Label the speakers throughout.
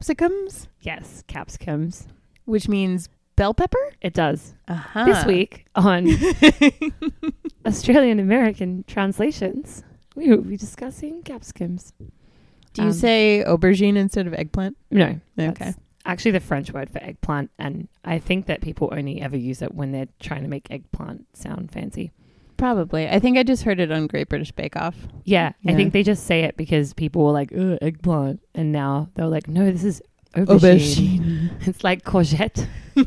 Speaker 1: capsicums,
Speaker 2: Yes, capsicums.
Speaker 1: which means bell pepper.
Speaker 2: It does.
Speaker 1: Uh-huh. Um,
Speaker 2: This week on Australian American translations, we will be discussing capsicums.
Speaker 1: Do you
Speaker 2: Um,
Speaker 1: say aubergine instead of eggplant?
Speaker 2: No,
Speaker 1: Okay.
Speaker 2: That's Actually, the French word for eggplant, and I think that people only ever use it when they're trying to make eggplant sound fancy.
Speaker 1: Probably. I think I just heard it on Great British Bake Off.
Speaker 2: Yeah,
Speaker 1: Yeah.
Speaker 2: I think they just say it because people were like, Ugh, eggplant. And now they're like, no, this is aubergine. It's like courgette for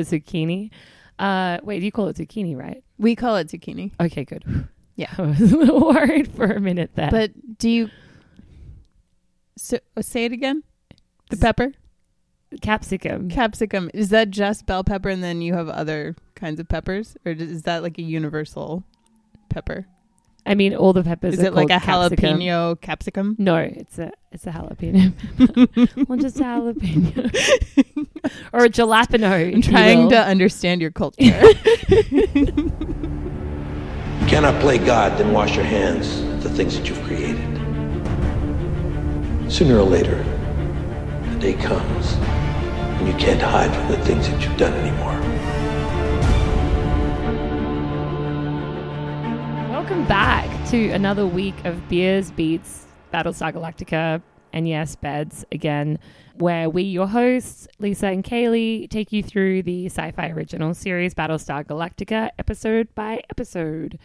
Speaker 2: zucchini. Uh, wait, you call it zucchini, right?
Speaker 1: We call it zucchini.
Speaker 2: Okay, good.
Speaker 1: Yeah.
Speaker 2: I was a little worried for a minute there.
Speaker 1: But do you so, uh, say it again? The
Speaker 2: Z-
Speaker 1: pepper?
Speaker 2: capsicum.
Speaker 1: Capsicum. Is that just bell pepper and then you have other kinds of peppers? Or d- is that like a universal pepper?
Speaker 2: I mean, all the peppers.
Speaker 1: Is
Speaker 2: are
Speaker 1: it like a
Speaker 2: called capsicum.
Speaker 1: jalapeno capsicum?
Speaker 2: No, it's a it's a jalapeno. well, just a jalapeno or a jalapeno.
Speaker 1: I'm
Speaker 2: if you
Speaker 1: trying
Speaker 2: will.
Speaker 1: to understand your culture.
Speaker 3: cannot play God, then wash your hands of the things that you've created. Sooner or later, the day comes when you can't hide from the things that you've done anymore.
Speaker 2: Welcome back to another week of beers, beats, Battlestar Galactica, and yes, E beds again, where we, your hosts, Lisa and Kaylee, take you through the sci-fi original series Battlestar Galactica, episode by episode.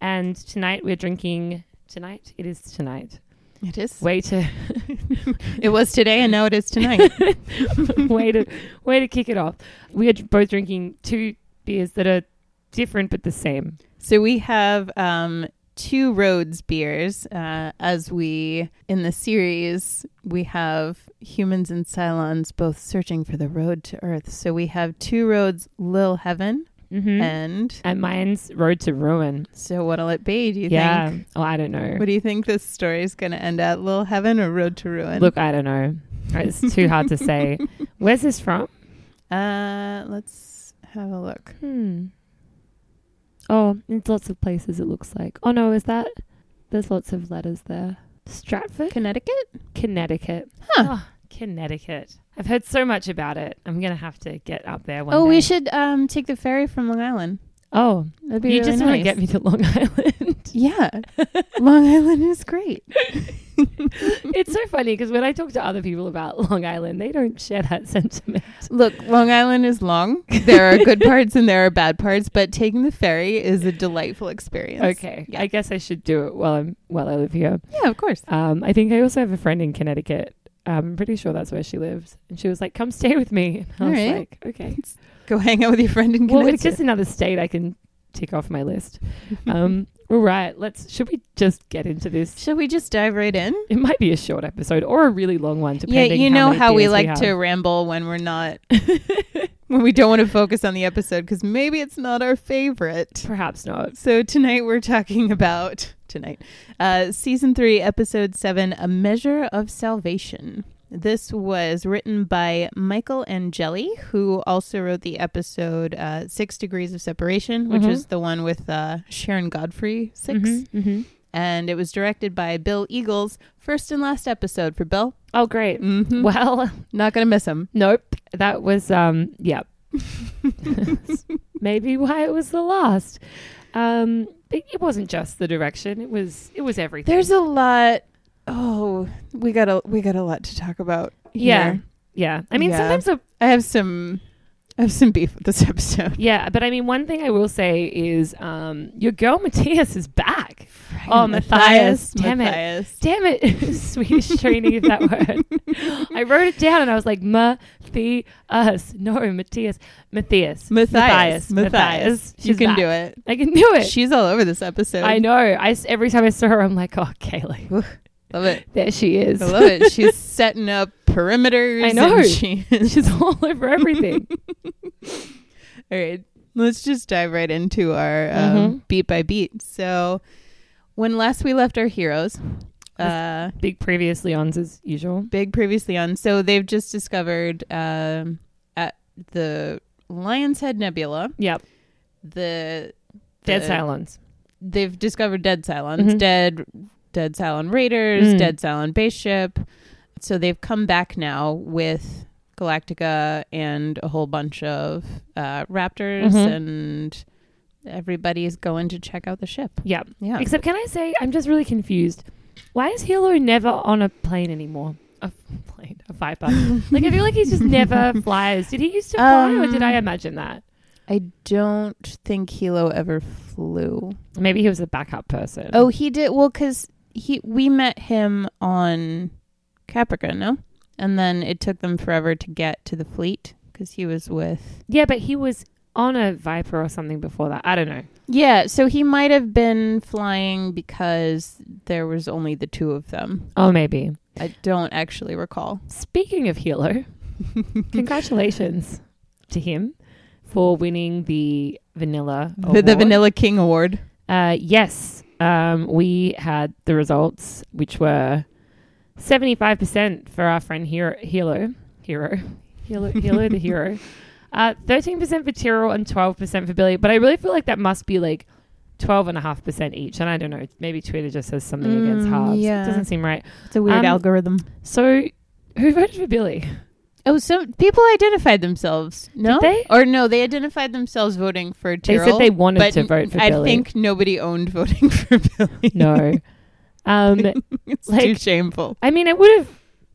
Speaker 2: And tonight we're drinking. Tonight it is tonight.
Speaker 1: it is.
Speaker 2: Way to
Speaker 1: It was today and now it is tonight.
Speaker 2: way to way to kick it off. We are both drinking two beers that are different but the same.
Speaker 1: so we have um, two Rhodes beers. Uh, as we, in the series, we have humans and Cylons both searching for the road to Earth. So we have two Rhodes, Lil Heaven,
Speaker 2: Mm-hmm.
Speaker 1: Uh, and
Speaker 2: And mine's Road to Ruin.
Speaker 1: so what'll it be, do you
Speaker 2: yeah.
Speaker 1: think?
Speaker 2: Oh, I don't know.
Speaker 1: What do you think this story is going to end at? Lil Heaven or Road to Ruin?
Speaker 2: Look, I don't know. It's too hard to say. Where's this from?
Speaker 1: Uh, let's have a look.
Speaker 2: Hmm. Oh, it's lots of places. It looks like. Oh no, is that? There's lots of letters there. Stratford,
Speaker 1: Connecticut?
Speaker 2: Connecticut.
Speaker 1: Huh.
Speaker 2: Oh, Connecticut. I've heard so much about it. I'm gonna have to get up there one
Speaker 1: Oh,
Speaker 2: day.
Speaker 1: we should um, take the ferry from Long Island.
Speaker 2: Oh,
Speaker 1: That'd be
Speaker 2: you
Speaker 1: really
Speaker 2: just
Speaker 1: nice.
Speaker 2: want to get me to Long Island.
Speaker 1: Yeah. Long Island is great.
Speaker 2: it's so funny because when I talk to other people about Long Island, they don't share that sentiment.
Speaker 1: Look, Long Island is long. There are good parts and there are bad parts, but taking the ferry is a delightful experience.
Speaker 2: Okay,
Speaker 1: Yeah.
Speaker 2: I guess I should do it while I'm while I live here.
Speaker 1: Yeah, of course.
Speaker 2: Um, I think I also have a friend in Connecticut. Um, I'm pretty sure that's where she lives, and she was like, "Come stay with me." And I
Speaker 1: All
Speaker 2: was
Speaker 1: right.
Speaker 2: like, "Okay."
Speaker 1: Go hang out with your friend in
Speaker 2: Well, it's
Speaker 1: Connecticut.
Speaker 2: just another state I can tick off my list. Um, all right, let's. Should we just get into this?
Speaker 1: Shall we just dive right in?
Speaker 2: It might be a short episode or a really long one,
Speaker 1: Yeah,
Speaker 2: depending.
Speaker 1: you know
Speaker 2: many
Speaker 1: how we
Speaker 2: beers
Speaker 1: like
Speaker 2: have.
Speaker 1: to ramble when we're not, when we don't want to focus on the episode because maybe it's not our favorite.
Speaker 2: Perhaps not.
Speaker 1: So tonight we're talking about tonight, uh, season three, episode seven, "A Measure of Salvation." This was written by Michael Angeli, who also wrote the episode uh, Six Degrees of Separation, which
Speaker 2: Mhm.
Speaker 1: is the one with uh, Sharon Godfrey 6
Speaker 2: Mhm, mhm.
Speaker 1: and it was directed by Bill Eagles. First and last episode for Bill.
Speaker 2: Oh, great.
Speaker 1: Mm-hmm.
Speaker 2: Well,
Speaker 1: Not gonna miss him.
Speaker 2: nope. That was um. Yeah. Maybe why it was the last. Um, but it wasn't just the direction. It was. It was everything.
Speaker 1: There's a lot. Oh, we got a we got a lot to talk about.
Speaker 2: Yeah.
Speaker 1: here.
Speaker 2: Yeah. I mean,
Speaker 1: Yeah.
Speaker 2: sometimes a
Speaker 1: I have some I have some beef with this episode.
Speaker 2: Yeah, but I mean, one thing I will say is um, your girl Matthias is back. Oh, Matthias. Damn it.
Speaker 1: Matthias.
Speaker 2: Damn it, Swedish training is that word. I wrote it down and I was like, Matthias. No, Matthias. Matthias.
Speaker 1: Matthias.
Speaker 2: Matthias. Matthias.
Speaker 1: You can do it.
Speaker 2: I can do it.
Speaker 1: She's all over this episode.
Speaker 2: I know. I, s- every time I saw her, I'm like, oh, Kaylee,
Speaker 1: Love it.
Speaker 2: there she is.
Speaker 1: I love it. She's setting up perimeters.
Speaker 2: I know.
Speaker 1: and She
Speaker 2: She's all over everything.
Speaker 1: All right. Let's just dive right into our um,
Speaker 2: Mhm.
Speaker 1: beat by beat. So, when last we left our heroes, uh,
Speaker 2: Big previously ons as usual.
Speaker 1: big previously on. So they've just discovered um, at the Lion's Head Nebula
Speaker 2: Yep.
Speaker 1: the,
Speaker 2: Dead
Speaker 1: the-
Speaker 2: silence.
Speaker 1: They've discovered dead Cylons,
Speaker 2: Mhm.
Speaker 1: dead dead Cylon raiders,
Speaker 2: Mm.
Speaker 1: dead Cylon base ship. So they've come back now with Galactica and a whole bunch of uh, Raptors,
Speaker 2: Mhm.
Speaker 1: and everybody's going to check out the ship.
Speaker 2: Yep.
Speaker 1: Yeah.
Speaker 2: Except, can I say, I'm just really confused. Why is Hilo never on a plane anymore? A f- plane, a viper. like, I feel like he just never flies. Did he used to fly, or did
Speaker 1: Um,
Speaker 2: I imagine that?
Speaker 1: I don't think Hilo ever flew.
Speaker 2: Maybe he was a backup person.
Speaker 1: Oh, he did. Well, because he we met him on Caprica, no, and then it took them forever to get to the fleet because he was with.
Speaker 2: yeah, but he was on a viper or something before that. I don't know.
Speaker 1: Yeah, so he might have been flying because there was only the two of them.
Speaker 2: Oh, maybe.
Speaker 1: I don't actually recall.
Speaker 2: Speaking of Hilo, congratulations to him for winning the Vanilla
Speaker 1: The, the
Speaker 2: Award.
Speaker 1: Vanilla King Award.
Speaker 2: Uh, yes, um, we had the results, which were seventy-five percent for our friend Hero, Hilo, Hero, Hilo, Hilo the hero. Uh, Thirteen percent for Tyrrell and twelve percent for Billy. But I really feel like that must be like twelve and a half percent each. And I don't know, maybe Twitter just has something against
Speaker 1: Mm,
Speaker 2: halves.
Speaker 1: yeah.
Speaker 2: It doesn't seem right.
Speaker 1: It's a weird
Speaker 2: Um,
Speaker 1: algorithm.
Speaker 2: So, who voted for Billy?
Speaker 1: Oh, so people identified themselves. No,
Speaker 2: they?
Speaker 1: or no, they identified themselves voting for Tyrrell.
Speaker 2: they said they wanted
Speaker 1: but
Speaker 2: to vote for
Speaker 1: I
Speaker 2: Billy.
Speaker 1: think nobody owned voting for Billy.
Speaker 2: no. Um,
Speaker 1: it's too
Speaker 2: like-
Speaker 1: shameful,
Speaker 2: I mean, I would have.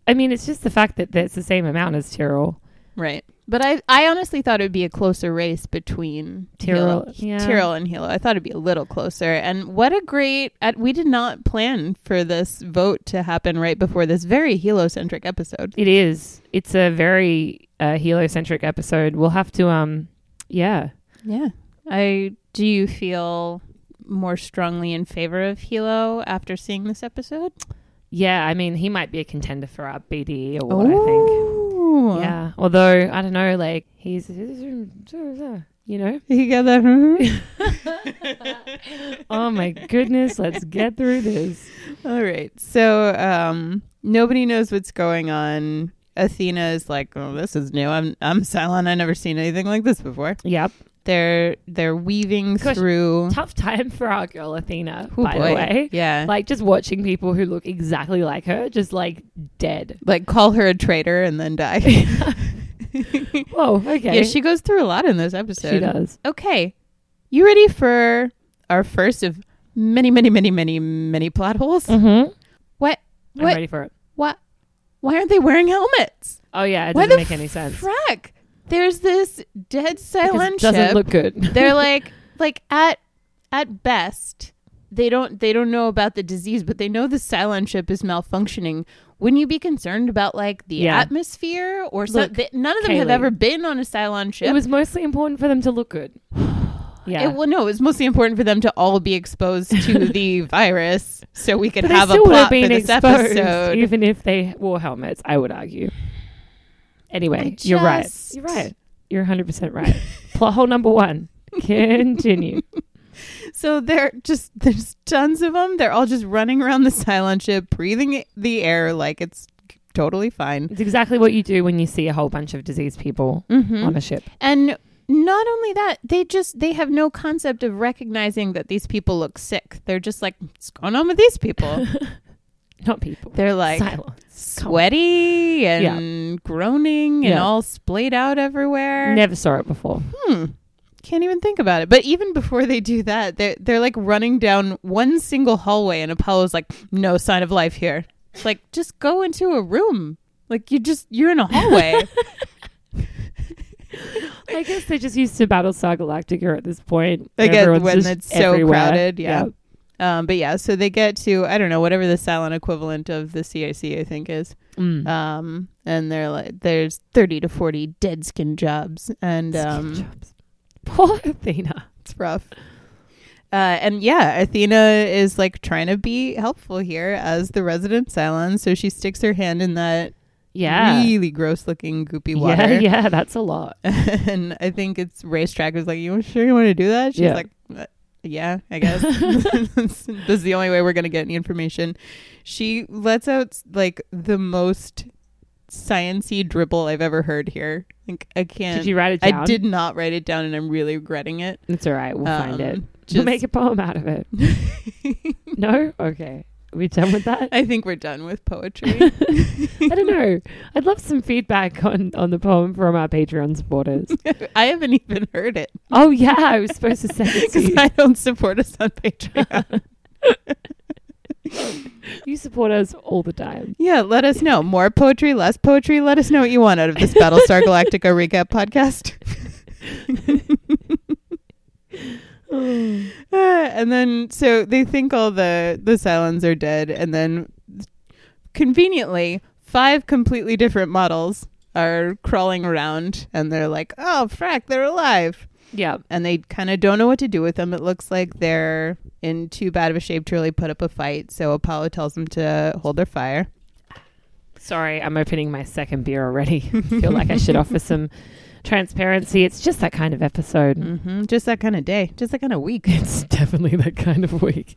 Speaker 2: I mean, it's just the fact that it's the same amount as Tyrrell.
Speaker 1: right? But I, I honestly thought it would be a closer race between
Speaker 2: Tyrrell,
Speaker 1: Hilo,
Speaker 2: yeah.
Speaker 1: Tyrrell and Hilo. I thought it'd be a little closer. And what a great! uh, we did not plan for this vote to happen right before this very Hilo-centric episode.
Speaker 2: It is. It's a very uh, heliocentric episode. We'll have to. Um, yeah.
Speaker 1: Yeah. I do you feel more strongly in favor of Hilo after seeing this episode?
Speaker 2: Yeah, I mean, he might be a contender for our BDE award, I think. Yeah. Although, I don't know, like, he's, you know?
Speaker 1: You got that?
Speaker 2: Oh my goodness, let's get through this.
Speaker 1: All right. So, um nobody knows what's going on. Athena is like, "Oh, this is new. I'm I'm silent. I never seen anything like this before."
Speaker 2: Yep.
Speaker 1: They're they're weaving
Speaker 2: Gosh,
Speaker 1: through.
Speaker 2: Tough time for our girl Athena,
Speaker 1: Oh,
Speaker 2: by
Speaker 1: boy.
Speaker 2: the way.
Speaker 1: Yeah. Like,
Speaker 2: Like, just watching people who look exactly like her, just like dead.
Speaker 1: call her a traitor and then die.
Speaker 2: Oh, okay.
Speaker 1: yeah, she goes through a lot in this episode.
Speaker 2: she does.
Speaker 1: Okay. You ready for our first of many, many, many, many, many plot holes?
Speaker 2: Mm-hmm.
Speaker 1: What?
Speaker 2: I'm
Speaker 1: What?
Speaker 2: ready for it.
Speaker 1: What? Why aren't they wearing helmets?
Speaker 2: Oh, yeah, it
Speaker 1: Why
Speaker 2: doesn't
Speaker 1: the
Speaker 2: make any sense.
Speaker 1: Frack. There's this dead
Speaker 2: Because
Speaker 1: silent
Speaker 2: it doesn't
Speaker 1: ship.
Speaker 2: look good.
Speaker 1: They're like, like at at best, they don't they don't know about the disease, but they know the silent ship is malfunctioning. Wouldn't you be concerned about like the
Speaker 2: Yeah.
Speaker 1: atmosphere or something?
Speaker 2: Look,
Speaker 1: none of them have
Speaker 2: Kaylee.
Speaker 1: ever been on a Cylon ship.
Speaker 2: It was mostly important for them to look good. Yeah.
Speaker 1: It, well, no, it was mostly important for them to all be exposed to the virus so we could
Speaker 2: but they
Speaker 1: have a
Speaker 2: still would
Speaker 1: plot
Speaker 2: have
Speaker 1: for
Speaker 2: been
Speaker 1: this
Speaker 2: exposed,
Speaker 1: episode.
Speaker 2: even if they wore helmets. I would argue. Anyway,
Speaker 1: I
Speaker 2: you're right.
Speaker 1: just-
Speaker 2: You're right. You're 100 percent right. Plot hole number one. Continue.
Speaker 1: So they're just, there's tons of them. They're all just running around the Cylon ship, breathing the air like it's totally fine.
Speaker 2: it's exactly what you do when you see a whole bunch of diseased people
Speaker 1: Mm-hmm.
Speaker 2: on a ship.
Speaker 1: And not only that, they just, they have no concept of recognizing that these people look sick. They're just like, what's going on with these people?
Speaker 2: Not people.
Speaker 1: They're like,
Speaker 2: Silence. Come on.
Speaker 1: sweaty and groaning and
Speaker 2: Yeah.
Speaker 1: all splayed out everywhere.
Speaker 2: Never saw it before.
Speaker 1: hmm, can't even think about it. But even before they do that, they're, they're like running down one single hallway, and Apollo's like, no sign of life here. It's like, just go into a room. Like, you just, you're in a hallway.
Speaker 2: I guess they're just used to Battlestar Galactica at this point.
Speaker 1: I guess
Speaker 2: Everyone's
Speaker 1: when
Speaker 2: just
Speaker 1: it's so
Speaker 2: everywhere.
Speaker 1: crowded, yeah. um, but yeah, so they get to, I don't know, whatever the silent equivalent of the CIC, I think, is.
Speaker 2: Mm.
Speaker 1: Um, and they're like, there's 30 to 40 dead skin jobs. And, um,
Speaker 2: Poor Athena.
Speaker 1: It's rough. Uh, and yeah, Athena is like trying to be helpful here as the resident Cylon. So she sticks her hand in that
Speaker 2: Yeah.
Speaker 1: really gross looking goopy water.
Speaker 2: yeah, yeah, that's a lot.
Speaker 1: and I think it's racetrack is like, You sure you want to do that? She's
Speaker 2: Yeah.
Speaker 1: like, "Uh, Yeah, I guess. this is the only way we're going to get any information. She lets out like the most sciency dribble I've ever heard here. Like, I can't.
Speaker 2: Did you write it down?
Speaker 1: I did not write it down and I'm really regretting it.
Speaker 2: It's all right. We'll find it.
Speaker 1: Um,
Speaker 2: we'll
Speaker 1: just-
Speaker 2: make a poem out of it. no? Okay. Are we done with that?
Speaker 1: I think we're done with poetry.
Speaker 2: I don't know. I'd love some feedback on, on the poem from our Patreon supporters.
Speaker 1: I haven't even heard it
Speaker 2: oh, yeah, I was supposed to send it to
Speaker 1: because
Speaker 2: you.
Speaker 1: I don't support us on Patreon.
Speaker 2: You support us all the time.
Speaker 1: yeah, let us know. More poetry, less poetry. Let us know what you want out of this Battlestar Galactica recap podcast. Uh, and then, so they think all the the Cylons are dead, and then conveniently, five completely different models are crawling around, and they're like, "Oh, frack, they're alive!"
Speaker 2: Yeah.
Speaker 1: and they kind of don't know what to do with them. It looks like they're in too bad of a shape to really put up a fight. So Apollo tells them to hold their fire.
Speaker 2: Sorry, I'm opening my second beer already. I feel like I should offer some transparency. It's just that kind of episode.
Speaker 1: hmm Just that kind of day, just that kind of week.
Speaker 2: It's definitely that kind of week.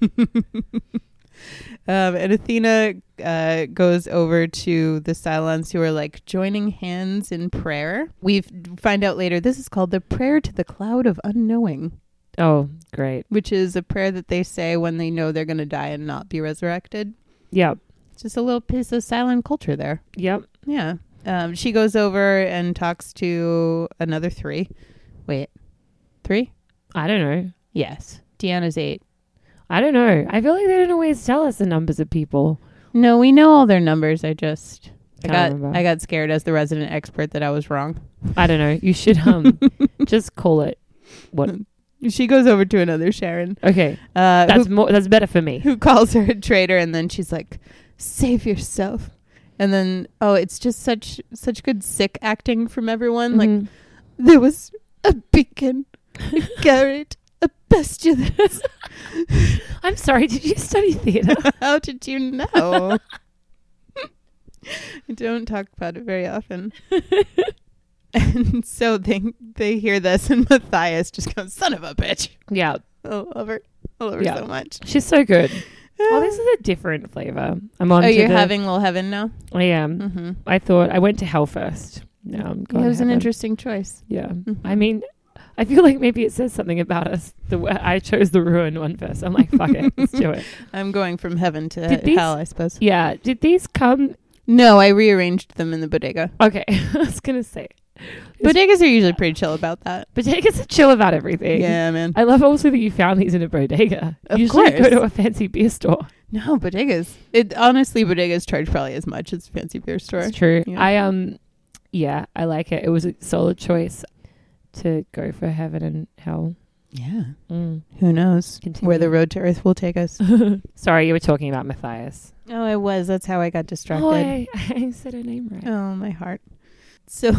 Speaker 1: Um, and Athena uh, goes over to the Cylons who are like joining hands in prayer. We f- find out later this is called the prayer to the cloud of unknowing,
Speaker 2: oh, great.
Speaker 1: which is a prayer that they say when they know they're going to die and not be resurrected.
Speaker 2: Yep.
Speaker 1: It's just a little piece of Cylon culture there.
Speaker 2: Yep.
Speaker 1: Yeah. Um, she goes over and talks to another three. Wait, three?
Speaker 2: I don't know.
Speaker 1: Yes. Deanna's eight.
Speaker 2: I don't know. I feel like they don't always tell us the numbers of people.
Speaker 1: No, we know all their numbers. I just I
Speaker 2: Can't
Speaker 1: got
Speaker 2: remember.
Speaker 1: I got scared as the resident expert that I was wrong.
Speaker 2: I don't know. You should um just call it what.
Speaker 1: She goes over to another Sharon,
Speaker 2: Okay,
Speaker 1: uh,
Speaker 2: that's
Speaker 1: who,
Speaker 2: more. That's better for me.
Speaker 1: who calls her a traitor, and then she's like, "Save yourself." And then, oh, it's just such such good sick acting from everyone. Like
Speaker 2: Mhm.
Speaker 1: There was a beacon, a garret, a pasture.
Speaker 2: I'm sorry. Did you study theater?
Speaker 1: How did you
Speaker 2: Oh.
Speaker 1: know? I don't talk about it very often. and so they they hear this, and Matthias just goes, "Son of a bitch!"
Speaker 2: yeah,
Speaker 1: I love her. I love her
Speaker 2: Yeah.
Speaker 1: so much.
Speaker 2: she's so good. Oh, this is a different flavor. I'm on.
Speaker 1: Oh,
Speaker 2: to
Speaker 1: you're
Speaker 2: the-
Speaker 1: having little heaven now.
Speaker 2: I am.
Speaker 1: Mm-hmm.
Speaker 2: I thought I went to hell first. No, I'm
Speaker 1: It
Speaker 2: going.
Speaker 1: was
Speaker 2: to
Speaker 1: an
Speaker 2: heaven.
Speaker 1: interesting choice.
Speaker 2: Yeah. I mean, I feel like maybe it says something about us. The way I chose the ruined one first. I'm like, fuck it, let's do it.
Speaker 1: I'm going from heaven to
Speaker 2: Did these-
Speaker 1: hell, I suppose.
Speaker 2: Yeah. Did these come?
Speaker 1: No, I rearranged them in the bodega.
Speaker 2: Okay, I was gonna say,
Speaker 1: Bodegas are usually pretty chill about that.
Speaker 2: bodegas are chill about everything.
Speaker 1: Yeah, man.
Speaker 2: I love also that you found these in a bodega.
Speaker 1: Of
Speaker 2: Usually
Speaker 1: course.
Speaker 2: go to a fancy beer store.
Speaker 1: No, bodegas. It honestly, bodegas charge probably as much as fancy beer store.
Speaker 2: It's true.
Speaker 1: Yeah.
Speaker 2: I um yeah, I like it. It was a solid choice to go for heaven and hell.
Speaker 1: Yeah.
Speaker 2: Mm.
Speaker 1: Who knows
Speaker 2: Continue. Oh,
Speaker 1: where the road to Earth will take us?
Speaker 2: Sorry, you were talking about Matthias.
Speaker 1: oh, I was. That's how I got distracted.
Speaker 2: Oh,
Speaker 1: Oh,
Speaker 2: I, I said her name right.
Speaker 1: my heart. So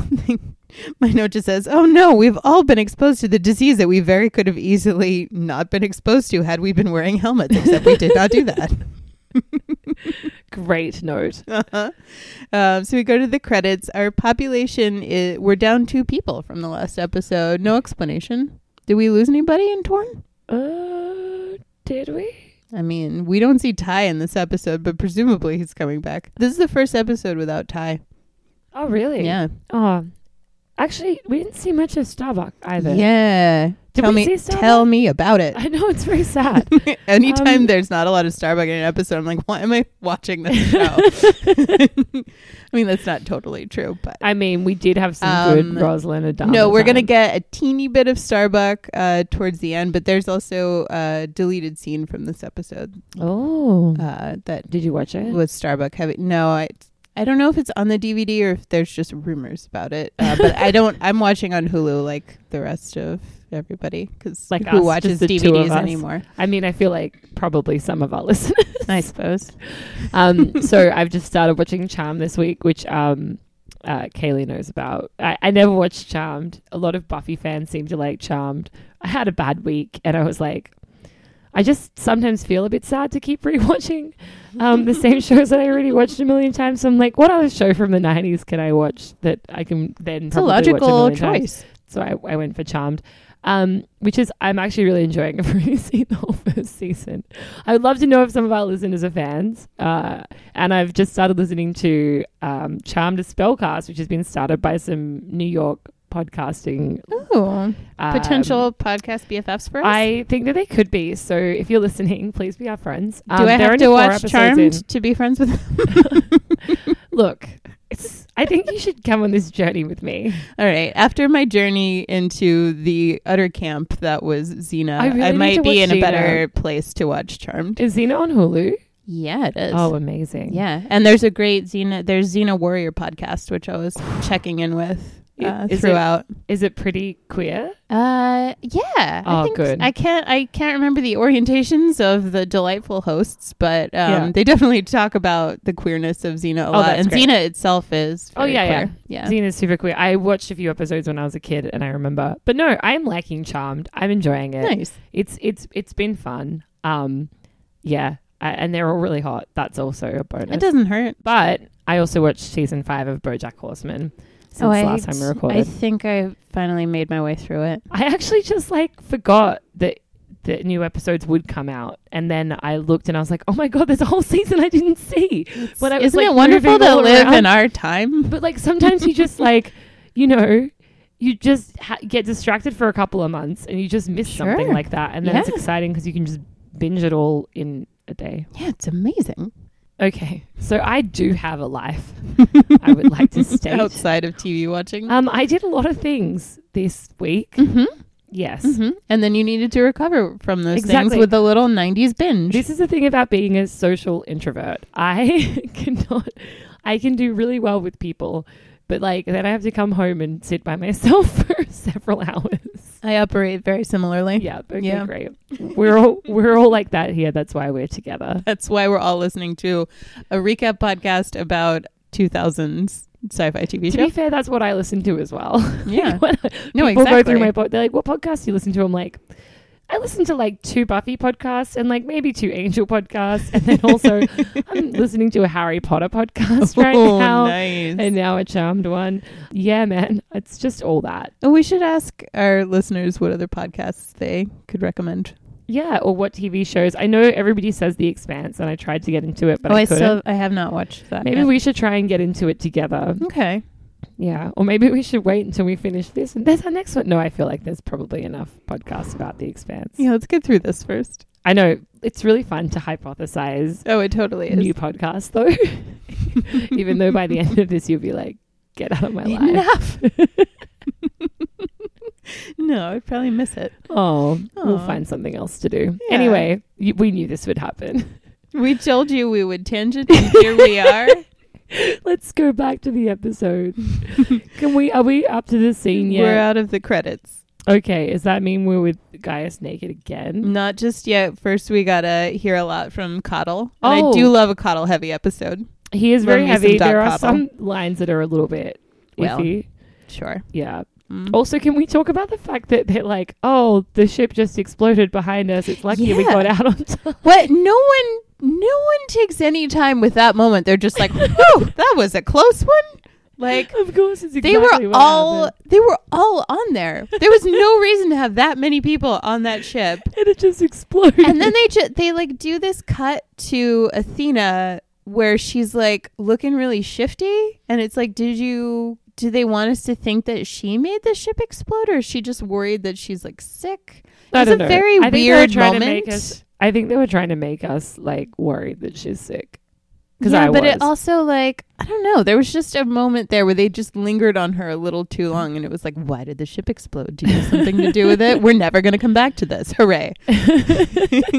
Speaker 1: my note just says, "Oh no, we've all been exposed to the disease that we very could have easily not been exposed to had we been wearing helmets, except we did not do that."
Speaker 2: Great note.
Speaker 1: Uh-huh. Um, so we go to the credits. Our population is we're down two people from the last episode. No explanation. Did we lose anybody in Torn?
Speaker 2: Uh, did we?
Speaker 1: I mean, we don't see Ty in this episode, but presumably he's coming back. This is the first episode without Ty.
Speaker 2: Oh, really?
Speaker 1: Yeah.
Speaker 2: Oh, actually, we didn't see much of Starbuck either.
Speaker 1: Yeah.
Speaker 2: Did
Speaker 1: tell
Speaker 2: we
Speaker 1: me
Speaker 2: see Starbuck?
Speaker 1: tell me about it.
Speaker 2: I know it's very sad.
Speaker 1: Anytime
Speaker 2: Um,
Speaker 1: there's not a lot of Starbuck in an episode, I'm like, why am I watching this show? I mean, that's not totally true, but
Speaker 2: I mean, we did have some
Speaker 1: Um,
Speaker 2: good Rosalind and
Speaker 1: no, we're gonna
Speaker 2: get.
Speaker 1: get a teeny bit of Starbuck uh, towards the end, but there's also a deleted scene from this episode
Speaker 2: Oh.
Speaker 1: uh, that
Speaker 2: Did you watch it?
Speaker 1: was Starbuck heavy. No, I. I don't know if it's on the DVD or if there's just rumors about it, uh, but I don't. I'm watching on Hulu like the rest of everybody because
Speaker 2: Like
Speaker 1: who
Speaker 2: us,
Speaker 1: watches
Speaker 2: just the two of
Speaker 1: DVDs
Speaker 2: us.
Speaker 1: anymore?
Speaker 2: I mean, I feel like probably some of our listeners.
Speaker 1: I suppose.
Speaker 2: Um, so I've just started watching Charm this week, which um, uh, Kaylee knows about. I, I never watched Charmed. A lot of Buffy fans seem to like Charmed. I had a bad week, and I was like, I just sometimes feel a bit sad to keep rewatching um, the same shows that I already watched a million times. So I'm like, what other show from the '90s can I watch that I can then
Speaker 1: It's a
Speaker 2: probably watch a
Speaker 1: logical
Speaker 2: million times?
Speaker 1: choice.
Speaker 2: So I, I went for Charmed, um, which is I'm actually really enjoying. I've already seen the whole first season. I would love to know if some of our listeners are fans. Uh, and I've just started listening to um, Charmed a Spellcast, which has been started by some New York podcasting
Speaker 1: Ooh,
Speaker 2: um,
Speaker 1: potential podcast BFFs for us.
Speaker 2: I think that they could be. So if you're listening, please be our friends.
Speaker 1: Do I
Speaker 2: they're
Speaker 1: have
Speaker 2: um, only
Speaker 1: to
Speaker 2: four
Speaker 1: watch
Speaker 2: episodes
Speaker 1: Charmed
Speaker 2: in.
Speaker 1: to be friends with?
Speaker 2: Look, it's I think you should come on this journey with me.
Speaker 1: All right. After my journey into the utter camp that was Xena,
Speaker 2: I
Speaker 1: I,
Speaker 2: really need to
Speaker 1: might be
Speaker 2: watch
Speaker 1: in
Speaker 2: Xena.
Speaker 1: a better place to watch Charmed.
Speaker 2: Is Xena on Hulu?
Speaker 1: Yeah, it is.
Speaker 2: Oh, amazing.
Speaker 1: yeah. And there's a great Xena. There's Xena Warrior podcast, which I was checking in with uh,
Speaker 2: Is it-
Speaker 1: throughout.
Speaker 2: Is it pretty queer?
Speaker 1: Uh, yeah.
Speaker 2: Oh,
Speaker 1: I think
Speaker 2: good.
Speaker 1: I can't. I can't remember the orientations of the delightful hosts, but um,
Speaker 2: Yeah.
Speaker 1: they definitely talk about the queerness of Xena a
Speaker 2: Oh,
Speaker 1: lot,
Speaker 2: that's
Speaker 1: and
Speaker 2: great.
Speaker 1: Xena itself is.
Speaker 2: Oh,
Speaker 1: very
Speaker 2: yeah,
Speaker 1: queer. yeah,
Speaker 2: Xena's super queer. I watched a few episodes when I was a kid and I remember. But no, I'm liking Charmed. I'm enjoying it.
Speaker 1: Nice.
Speaker 2: It's it's it's been fun. Um yeah. I, and they're all really hot. That's also a bonus.
Speaker 1: It doesn't hurt.
Speaker 2: But I also watched season five of BoJack Horseman since last time
Speaker 1: Oh,
Speaker 2: we
Speaker 1: I
Speaker 2: recorded.
Speaker 1: think I finally made my way through it.
Speaker 2: I, actually just like forgot that that new episodes would come out, and then I looked and I was like, "Oh my god, there's a whole season I didn't see." When I was,
Speaker 1: Isn't
Speaker 2: like,
Speaker 1: it wonderful
Speaker 2: moving
Speaker 1: to
Speaker 2: all
Speaker 1: live
Speaker 2: around.
Speaker 1: in our time?
Speaker 2: But like sometimes you just like, you know, you just ha- get distracted for a couple of months, and you just miss something
Speaker 1: Sure.
Speaker 2: like that, and then it's
Speaker 1: Yeah.
Speaker 2: exciting because you can just binge it all in a day.
Speaker 1: Yeah, it's amazing.
Speaker 2: Okay, so I do have a life. I would like to state.
Speaker 1: Outside of TV watching.
Speaker 2: Um, I did a lot of things this week.
Speaker 1: hmm
Speaker 2: Yes.
Speaker 1: hmm And then you needed to recover from those
Speaker 2: Exactly.
Speaker 1: things with a little 90s binge.
Speaker 2: This is the thing about being a social introvert. I cannot, I can do really well with people, but like then I have to come home and sit by myself for several hours.
Speaker 1: I operate very similarly.
Speaker 2: Yeah. Okay.
Speaker 1: Yeah.
Speaker 2: Great. We're all we're all like that here. That's why we're together.
Speaker 1: That's why we're all listening to a recap podcast about 2000s sci-fi TV
Speaker 2: To
Speaker 1: show.
Speaker 2: be fair, that's what I listen to as well.
Speaker 1: Yeah.
Speaker 2: When I-
Speaker 1: No,
Speaker 2: people
Speaker 1: exactly.
Speaker 2: go through my pod. They're like, "What podcast do you listen to?" I'm like, "I listen to like two Buffy podcasts and like maybe two Angel podcasts, and then also I'm listening to a Harry Potter podcast right
Speaker 1: oh,
Speaker 2: now."
Speaker 1: nice.
Speaker 2: and now a charmed one. Yeah, man, it's just all that.
Speaker 1: Oh, we should ask our listeners what other podcasts they could recommend.
Speaker 2: Yeah, or what TV shows? I know everybody says The Expanse, and I tried to get into it, but
Speaker 1: oh,
Speaker 2: I
Speaker 1: I
Speaker 2: couldn't.
Speaker 1: still I have not watched that.
Speaker 2: maybe
Speaker 1: yet.
Speaker 2: we should try and get into it together.
Speaker 1: Okay.
Speaker 2: Yeah, or maybe we should wait until we finish this and there's our next one. No, I feel like there's probably enough podcasts about The Expanse.
Speaker 1: Yeah, let's get through this first.
Speaker 2: I know it's really fun to hypothesize
Speaker 1: Oh, it totally is.
Speaker 2: new podcasts, though. Even though by the end of this, you'll be like, "Get out of my life."
Speaker 1: Enough. no, I'd probably miss it.
Speaker 2: Oh, we'll
Speaker 1: Aw.
Speaker 2: find something else to do.
Speaker 1: Yeah.
Speaker 2: Anyway, y- we knew this would happen.
Speaker 1: We told you we would tangent, and here we are.
Speaker 2: Let's go back to the episode. Can we? Are we up to the scene
Speaker 1: We're
Speaker 2: yet?
Speaker 1: out of the credits.
Speaker 2: okay. Does that mean we're with Gaius naked again?
Speaker 1: Not just yet. First, we gotta hear a lot from Coddle. And
Speaker 2: Oh.
Speaker 1: I do love a Coddle heavy episode.
Speaker 2: He
Speaker 1: Run
Speaker 2: is very
Speaker 1: me some
Speaker 2: heavy.
Speaker 1: dog
Speaker 2: There are
Speaker 1: coddle.
Speaker 2: some lines that are a little bit
Speaker 1: Well.
Speaker 2: iffy.
Speaker 1: Sure.
Speaker 2: Yeah.
Speaker 1: Mm.
Speaker 2: Also, can we talk about the fact that they're like, "Oh, the ship just exploded behind us. It's lucky we
Speaker 1: Yeah.
Speaker 2: got out on time."
Speaker 1: What? No one, no one takes any time with that moment. They're just like, "Whew, that was a close one." Like
Speaker 2: Of course, it's
Speaker 1: they
Speaker 2: exactly
Speaker 1: were
Speaker 2: what
Speaker 1: all,
Speaker 2: happened.
Speaker 1: they were all on there. There was no reason to have that many people on that ship.
Speaker 2: and it just exploded.
Speaker 1: and then they ju- they like do this cut to Athena where she's like looking really shifty, and it's like, did you? Do they want us to think that she made the ship explode, or is she just worried that she's like sick?
Speaker 2: I
Speaker 1: It's
Speaker 2: don't
Speaker 1: a
Speaker 2: know.
Speaker 1: very
Speaker 2: I think they were
Speaker 1: weird
Speaker 2: trying to
Speaker 1: moment.
Speaker 2: make us- I think they were trying to make us like worried that she's sick. Because
Speaker 1: yeah,
Speaker 2: I
Speaker 1: but
Speaker 2: was.
Speaker 1: it also like I don't know. There was just a moment there where they just lingered on her a little too long, and it was like, why did the ship explode? Do you have something to do with it? We're never going to come back to this. Hooray!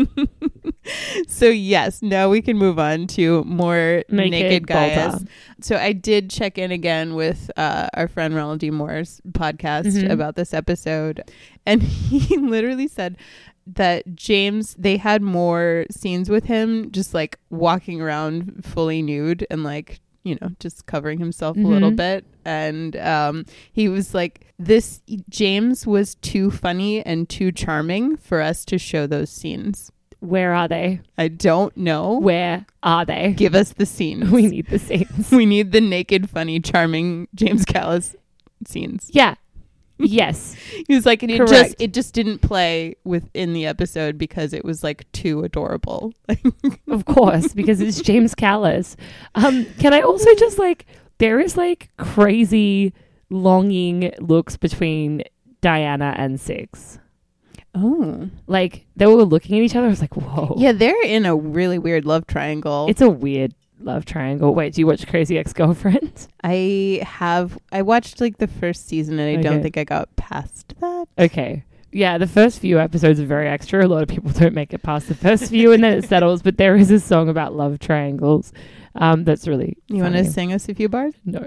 Speaker 1: so yes, now we can move on to more naked, guys.
Speaker 2: Balta.
Speaker 1: So I did check in again with uh, our friend Ronald D. Moore's podcast
Speaker 2: Mhm.
Speaker 1: about this episode, and he literally said that James they had more scenes with him just like walking around fully nude and like you know just covering himself a little
Speaker 2: Mhm.
Speaker 1: bit and um he was like this James was too funny and too charming for us to show those scenes.
Speaker 2: Where are they?
Speaker 1: I don't know.
Speaker 2: Where are they?
Speaker 1: Give us the scenes.
Speaker 2: We need the scenes.
Speaker 1: We need the naked, funny, charming James Callis scenes.
Speaker 2: yeah. Yes.
Speaker 1: He was like, and it
Speaker 2: Correct.
Speaker 1: just it just didn't play within the episode because it was like too adorable. Like,
Speaker 2: Of course, because it's James Callis. Um, can I also just like there is like crazy longing looks between Diana and Six.
Speaker 1: oh,
Speaker 2: Like they were looking at each other. I was like, whoa.
Speaker 1: yeah, they're in a really weird love triangle.
Speaker 2: Oh. It's a weird love triangle. Wait, do you watch Crazy Ex Girlfriend?
Speaker 1: I have I watched like the first season and I don't
Speaker 2: Okay.
Speaker 1: think I got past that.
Speaker 2: Okay. Yeah, the first few episodes are very extra. A lot of people don't make it past the first few and then it settles, but there is a song about love triangles um, that's really.
Speaker 1: You want to
Speaker 2: funny.
Speaker 1: sing us a few bars?
Speaker 2: No.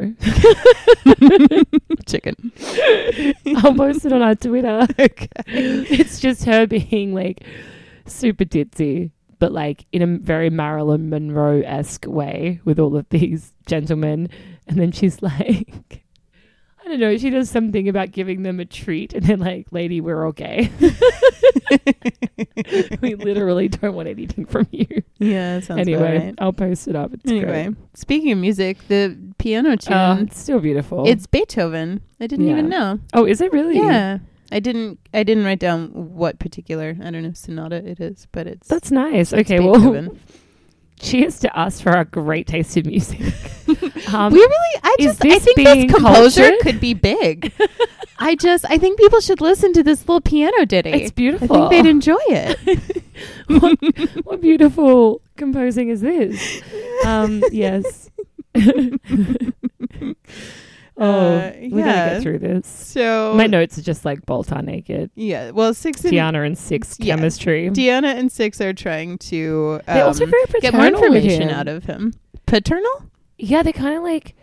Speaker 1: Chicken.
Speaker 2: I'll post it on our Twitter. It's just her being like super ditzy, but like in a very Marilyn Monroe esque way with all of these gentlemen. And then she's like, I don't know, she does something about giving them a treat. And then, like, lady, we're all gay. we literally don't want anything from you.
Speaker 1: Yeah, that sounds
Speaker 2: anyway,
Speaker 1: about right.
Speaker 2: I'll post it up. It's
Speaker 1: Anyway, speaking of music, the piano
Speaker 2: great. Oh,
Speaker 1: tune
Speaker 2: it's still beautiful.
Speaker 1: it's Beethoven. I didn't even
Speaker 2: Yeah.
Speaker 1: know.
Speaker 2: oh, is it really?
Speaker 1: Yeah. I didn't I didn't write down what particular I don't know sonata it is, but it's
Speaker 2: That's nice. Okay, well,
Speaker 1: Beethoven.
Speaker 2: cheers to us for our great taste in music. um,
Speaker 1: we really I
Speaker 2: is
Speaker 1: just I
Speaker 2: this
Speaker 1: think
Speaker 2: being
Speaker 1: this composer
Speaker 2: cultured?
Speaker 1: could be big. I just I think people should listen to this little piano ditty.
Speaker 2: it's
Speaker 1: I think
Speaker 2: beautiful.
Speaker 1: they'd enjoy it.
Speaker 2: what, what beautiful composing is this? Um, yes. oh,
Speaker 1: Uh,
Speaker 2: we gotta
Speaker 1: yeah.
Speaker 2: get through this.
Speaker 1: So
Speaker 2: My notes are just like bolt on naked.
Speaker 1: Yeah. Well, six and
Speaker 2: Tiana and six
Speaker 1: Yeah.
Speaker 2: chemistry.
Speaker 1: Deanna and six are trying to um,
Speaker 2: They're also very
Speaker 1: get more
Speaker 2: paternal with
Speaker 1: information
Speaker 2: him.
Speaker 1: out of him. Paternal?
Speaker 2: yeah, they're kind of like,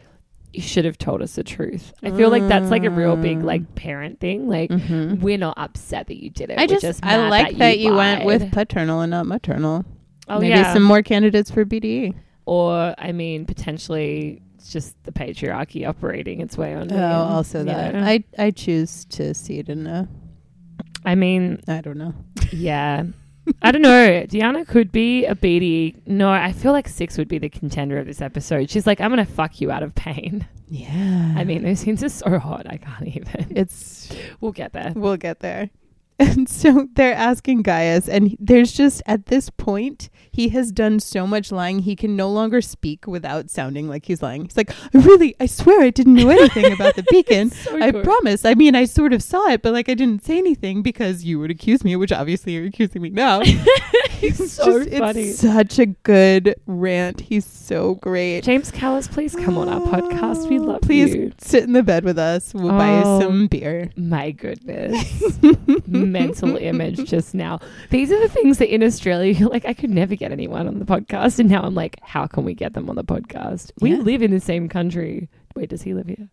Speaker 2: you should have told us the truth. I feel like that's like a real big
Speaker 1: Mm.
Speaker 2: like parent thing. Like
Speaker 1: Mm-hmm.
Speaker 2: we're not upset that you did it.
Speaker 1: I
Speaker 2: We're
Speaker 1: just, I
Speaker 2: mad
Speaker 1: like that, you, went
Speaker 2: lied.
Speaker 1: with paternal and not maternal.
Speaker 2: oh
Speaker 1: Maybe
Speaker 2: yeah,
Speaker 1: some more candidates for E. BDE.
Speaker 2: or I mean potentially it's just the patriarchy operating its way on.
Speaker 1: Oh,
Speaker 2: women,
Speaker 1: also
Speaker 2: you
Speaker 1: that.
Speaker 2: know?
Speaker 1: I I choose to see it in a.
Speaker 2: I mean,
Speaker 1: I don't know.
Speaker 2: yeah. I don't know. Deanna could be a BDE. No, I feel like Six would be the contender of this episode. She's like, I'm going to fuck you out of pain.
Speaker 1: Yeah.
Speaker 2: I mean, those scenes are so hot. I can't even.
Speaker 1: it's
Speaker 2: We'll get there.
Speaker 1: We'll get there. And so they're asking Gaius, and there's just at this point, he has done so much lying, he can no longer speak without sounding like he's lying. He's like, I really, I swear I didn't know anything about the beacon.
Speaker 2: So
Speaker 1: I
Speaker 2: good.
Speaker 1: promise. I mean, I sort of saw it, but like I didn't say anything because you would accuse me, which obviously you're accusing me now.
Speaker 2: He's so
Speaker 1: Just-
Speaker 2: funny.
Speaker 1: It's such a good rant. He's so great.
Speaker 2: James Callis, please come on our podcast. We love
Speaker 1: Please
Speaker 2: you.
Speaker 1: sit in the bed with us. We'll buy you
Speaker 2: Oh.
Speaker 1: some beer.
Speaker 2: My goodness. Mental image just now. These are the things that in Australia, you're like, I could never get anyone on the podcast. And now I'm like, how can we get them on the podcast? We
Speaker 1: Yeah.
Speaker 2: live in the same country. Wait, does he live here?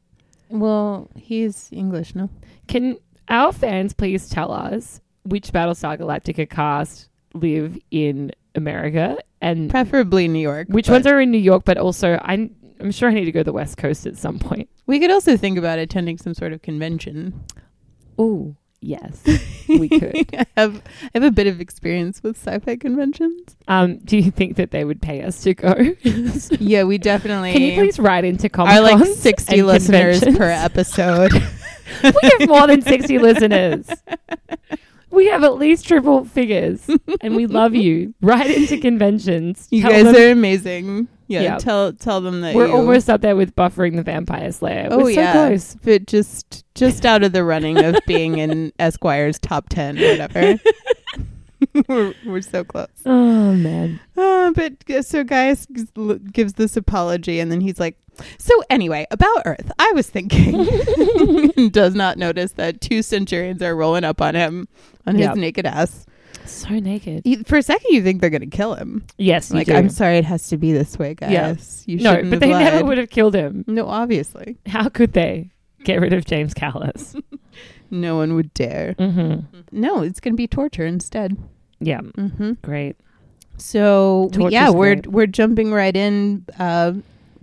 Speaker 1: Well, he's English, no?
Speaker 2: Can our fans please tell us which Battlestar Galactica cast live in America and
Speaker 1: Preferably New York.
Speaker 2: which
Speaker 1: but-
Speaker 2: ones are in New York, but also I'm, I'm sure I need to go to the West Coast at some point.
Speaker 1: We could also think about attending some sort of convention.
Speaker 2: Oh, yes, we could.
Speaker 1: I have I have a bit of experience with sci-fi conventions.
Speaker 2: Um, do you think that they would pay us to go? Can
Speaker 1: Yeah, we definitely
Speaker 2: you please write into Comic
Speaker 1: are like sixty listeners per episode.
Speaker 2: we have more than sixty listeners. We have at least triple figures, and we love you. Write into conventions.
Speaker 1: You
Speaker 2: Tell
Speaker 1: guys
Speaker 2: them
Speaker 1: are amazing. Yeah,
Speaker 2: Yeah.
Speaker 1: tell tell them that
Speaker 2: we're
Speaker 1: you-
Speaker 2: almost up there with buffering the Vampire Slayer.
Speaker 1: Oh,
Speaker 2: we're so
Speaker 1: yeah.
Speaker 2: close.
Speaker 1: but just just out of the running of being in Esquire's top ten, or whatever. we're, we're so close.
Speaker 2: Oh man,
Speaker 1: Uh, but uh, so Gaius g- l- gives this apology, and then he's like, "So anyway, about Earth, I was thinking." and does not notice that two centurions are rolling up on him, on his
Speaker 2: Yep.
Speaker 1: naked ass.
Speaker 2: so naked.
Speaker 1: You- For a second, you think they're going to kill him.
Speaker 2: Yes, you
Speaker 1: like,
Speaker 2: do.
Speaker 1: I'm sorry, it has to be this way,
Speaker 2: Yeah.
Speaker 1: Gaius. You
Speaker 2: no,
Speaker 1: shouldn't
Speaker 2: but
Speaker 1: have
Speaker 2: they
Speaker 1: lied.
Speaker 2: never would have killed him.
Speaker 1: No, obviously,
Speaker 2: How could they get rid of James Callis?
Speaker 1: no one would dare.
Speaker 2: mm-hmm.
Speaker 1: No, it's going to be torture instead.
Speaker 2: Yeah,
Speaker 1: hmm
Speaker 2: great.
Speaker 1: So we-
Speaker 2: Mm-hmm. Torture's
Speaker 1: yeah, we're
Speaker 2: great.
Speaker 1: we're jumping right in uh,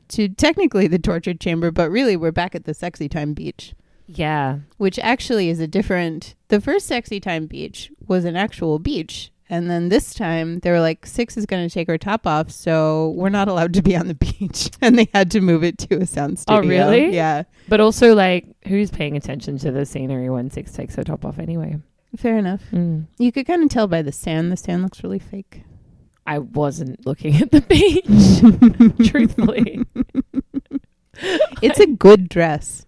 Speaker 1: to technically the torture chamber, but really we're back at the sexy time beach,
Speaker 2: Yeah.
Speaker 1: which actually is a different. The first sexy time beach was an actual beach, and then this time they were like six is going to take her top off, so we're not allowed to be on the beach, and they had to move it to a sound
Speaker 2: Oh,
Speaker 1: studio.
Speaker 2: really?
Speaker 1: Yeah,
Speaker 2: But also, like, who's paying attention to the scenery when Six takes her top off anyway?
Speaker 1: fair enough.
Speaker 2: Mm.
Speaker 1: You could kind of tell by the sand. The sand looks really fake.
Speaker 2: I wasn't looking at the beach, truthfully.
Speaker 1: It's a good dress.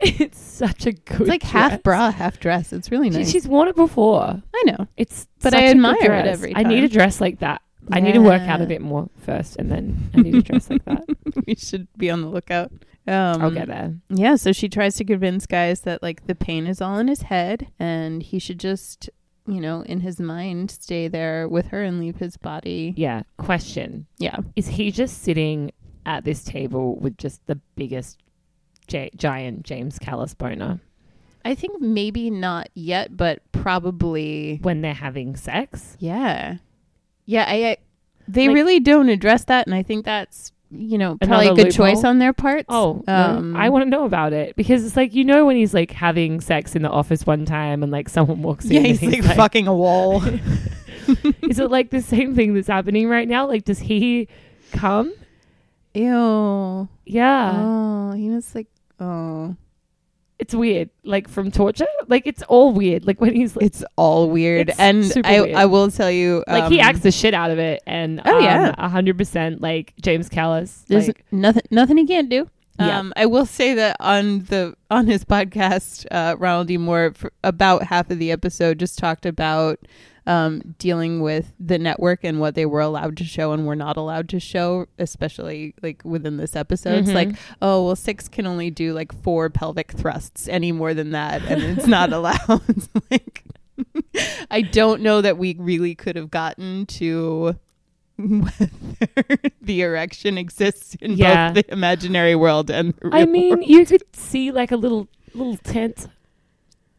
Speaker 2: It's such a good.
Speaker 1: It's like half
Speaker 2: dress.
Speaker 1: bra, half dress. It's really
Speaker 2: She-
Speaker 1: nice.
Speaker 2: she's worn it before.
Speaker 1: I know.
Speaker 2: It's
Speaker 1: But
Speaker 2: such
Speaker 1: I
Speaker 2: a good
Speaker 1: admire it
Speaker 2: dress.
Speaker 1: every
Speaker 2: I need
Speaker 1: time.
Speaker 2: a dress like that I need to work
Speaker 1: Yeah.
Speaker 2: out a bit more first, and then I need to dress like that.
Speaker 1: we should be on the lookout. Um,
Speaker 2: I'll get there.
Speaker 1: Yeah, so she tries to convince guys that like the pain is all in his head and he should just, you know, in his mind stay there with her and leave his body.
Speaker 2: Yeah. Question:
Speaker 1: Yeah.
Speaker 2: Is he just sitting at this table with just the biggest gi- giant James Callis boner
Speaker 1: I think maybe not yet, but probably
Speaker 2: when they're having sex?
Speaker 1: yeah. Yeah, I, I they
Speaker 2: Like-
Speaker 1: really don't address that and I think that's, you know, probably a
Speaker 2: Another
Speaker 1: good choice
Speaker 2: loophole?
Speaker 1: on their part. Um,
Speaker 2: Oh, well, I want to know about it because it's like you know when he's like having sex in the office one time and like someone walks in.
Speaker 1: Yeah,
Speaker 2: and
Speaker 1: he's like, fucking a wall.
Speaker 2: Is it like the same thing that's happening right now? Like, does he come?
Speaker 1: Ew.
Speaker 2: Yeah,
Speaker 1: Oh, he was like, oh,
Speaker 2: it's weird. Like from torture. Like it's all weird. Like when he's like,
Speaker 1: it's all weird.
Speaker 2: It's
Speaker 1: and
Speaker 2: super
Speaker 1: I,
Speaker 2: weird.
Speaker 1: I will tell you,
Speaker 2: like he
Speaker 1: um,
Speaker 2: acts the shit out of it, and
Speaker 1: Oh,
Speaker 2: um,
Speaker 1: yeah.
Speaker 2: hundred percent. Like James Callis.
Speaker 1: There's
Speaker 2: like,
Speaker 1: nothing, nothing he can't do.
Speaker 2: Yeah.
Speaker 1: Um, I will say that on the on his podcast, uh, Ronald D. Moore, for about half of the episode, just talked about um, dealing with the network and what they were allowed to show and were not allowed to show, especially like within this episode. It's
Speaker 2: Mhm.
Speaker 1: like, oh well, six can only do like four pelvic thrusts, any more than that, and it's not allowed. It's like, I don't know that we really could have gotten to whether the erection exists in
Speaker 2: Yeah.
Speaker 1: both the imaginary world and the real
Speaker 2: I mean, you could see like a little little tent.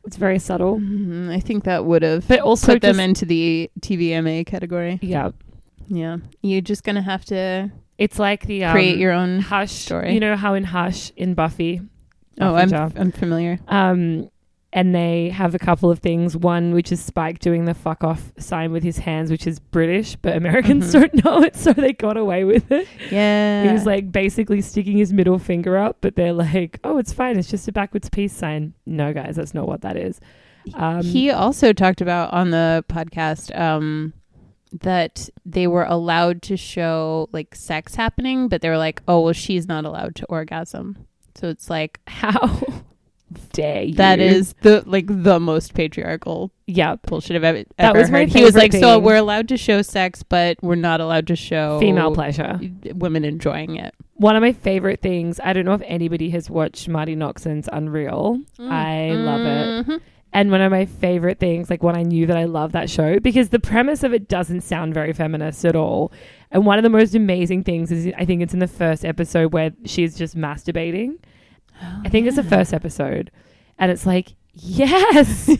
Speaker 2: It's very subtle,
Speaker 1: Mhm, I think that would have
Speaker 2: but also
Speaker 1: put them
Speaker 2: just-
Speaker 1: into the TVMA category.
Speaker 2: Yeah,
Speaker 1: Yeah, you're just gonna have to
Speaker 2: it's like the um,
Speaker 1: create your own.
Speaker 2: Hush.
Speaker 1: Mm-hmm. story.
Speaker 2: You know how in Hush in Buffy.
Speaker 1: Oh,
Speaker 2: Buffy
Speaker 1: I'm
Speaker 2: Jar-
Speaker 1: I'm familiar.
Speaker 2: Um, and they have a couple of things. One, which is Spike doing the fuck off sign with his hands, which is British, but Americans
Speaker 1: Mhm.
Speaker 2: don't know it, so they got away with it.
Speaker 1: Yeah,
Speaker 2: He was like basically sticking his middle finger up, but they're like, oh, it's fine. It's just a backwards peace sign. No, guys, that's not what that is. Um,
Speaker 1: he also talked about on the podcast um, that they were allowed to show like sex happening, but they were like, oh well, she's not allowed to orgasm. So it's like
Speaker 2: how dare you?
Speaker 1: That is the like the most patriarchal
Speaker 2: Yep.
Speaker 1: bullshit I've ever,
Speaker 2: That
Speaker 1: ever
Speaker 2: was my
Speaker 1: heard. He was like,
Speaker 2: favorite
Speaker 1: so
Speaker 2: thing.
Speaker 1: we're allowed to show sex, but we're not allowed to show
Speaker 2: Female pleasure.
Speaker 1: women enjoying it.
Speaker 2: One of my favorite things. I don't know if anybody has watched Marty Noxon's Unreal. Mm-hmm. I love it.
Speaker 1: Mhm.
Speaker 2: And one of my favorite things, like when I knew that I love that show, because the premise of it doesn't sound very feminist at all. And one of the most amazing things is I think it's in the first episode where she's just masturbating.
Speaker 1: Mm-hmm.
Speaker 2: I think it's the first episode. And it's like, yes,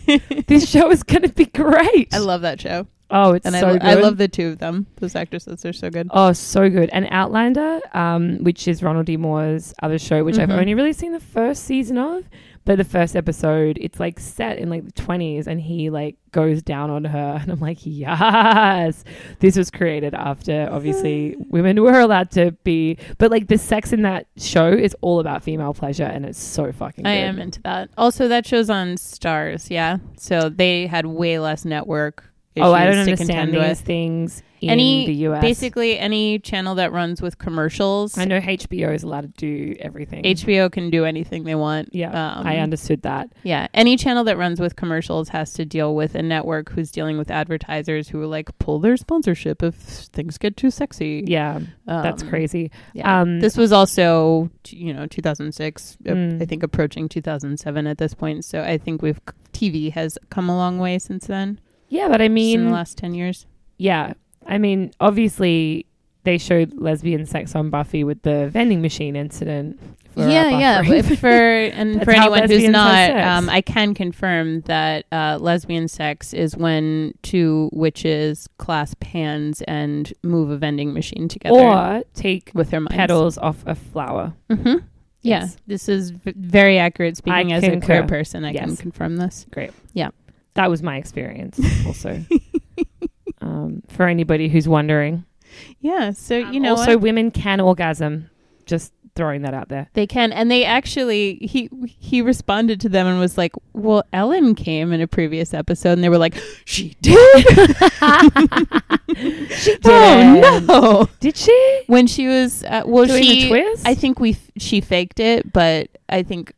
Speaker 2: this show is going to be great.
Speaker 1: I love that show,
Speaker 2: oh, it's
Speaker 1: and
Speaker 2: so
Speaker 1: I, lo-
Speaker 2: good.
Speaker 1: I love the two of them. Those actresses are so good.
Speaker 2: Oh, so good. And Outlander, um, which is Ronald D. Moore's other show, which
Speaker 1: Mhm.
Speaker 2: I've only really seen the first season of, but the first episode, it's like set in like the 20s and he like goes down on her. And I'm like, yes, this was created after obviously women were allowed to be, but like the sex in that show is all about female pleasure and it's so fucking good.
Speaker 1: I am into that. Also, that show's on Stars, yeah. So they had way less network. Issues
Speaker 2: Oh, I don't
Speaker 1: to
Speaker 2: understand
Speaker 1: contend
Speaker 2: these
Speaker 1: with.
Speaker 2: things in
Speaker 1: Any
Speaker 2: the US.
Speaker 1: Basically, any channel that runs with commercials,
Speaker 2: I know HBO is allowed to do everything.
Speaker 1: HBO can do anything they want.
Speaker 2: yeah,
Speaker 1: um,
Speaker 2: I understood that.
Speaker 1: Yeah, any channel that runs with commercials has to deal with a network who's dealing with advertisers who like pull their sponsorship if things get too sexy.
Speaker 2: Yeah, that's
Speaker 1: Um,
Speaker 2: crazy.
Speaker 1: yeah.
Speaker 2: Um,
Speaker 1: this was also, t- you know, 2006. uh,
Speaker 2: Mm.
Speaker 1: I think approaching 2007 at this point. So I think we've TV has come a long way since then.
Speaker 2: Yeah, but
Speaker 1: Just
Speaker 2: I
Speaker 1: in
Speaker 2: mean,
Speaker 1: the last 10 years.
Speaker 2: yeah, I mean, obviously they showed lesbian sex on Buffy with the vending machine incident. for our buffering.
Speaker 1: but For and
Speaker 2: That's
Speaker 1: for
Speaker 2: how
Speaker 1: anyone who's
Speaker 2: lesbians have
Speaker 1: not,
Speaker 2: sex.
Speaker 1: um, I can confirm that uh, lesbian sex is when two witches clasp hands and move a vending machine together.
Speaker 2: or take
Speaker 1: with her minds.
Speaker 2: petals off a flower.
Speaker 1: hmm Yeah,
Speaker 2: Yes.
Speaker 1: this is v- very accurate. Speaking
Speaker 2: I
Speaker 1: as a
Speaker 2: concur.
Speaker 1: queer person, I can
Speaker 2: Yes.
Speaker 1: confirm this.
Speaker 2: That was my experience, also. um, for anybody who's wondering,
Speaker 1: Yeah, so
Speaker 2: Um,
Speaker 1: you know,
Speaker 2: also
Speaker 1: what?
Speaker 2: women can orgasm. Just throwing that out there.
Speaker 1: they can, and they actually he he responded to them and was like, "Well, Ellen came in a previous episode, and they were like, she did,
Speaker 2: She did. um,
Speaker 1: oh no."
Speaker 2: Did she?
Speaker 1: When she was, uh, well,
Speaker 2: Doing
Speaker 1: she,
Speaker 2: the twist?
Speaker 1: I think we f- she faked it, but I think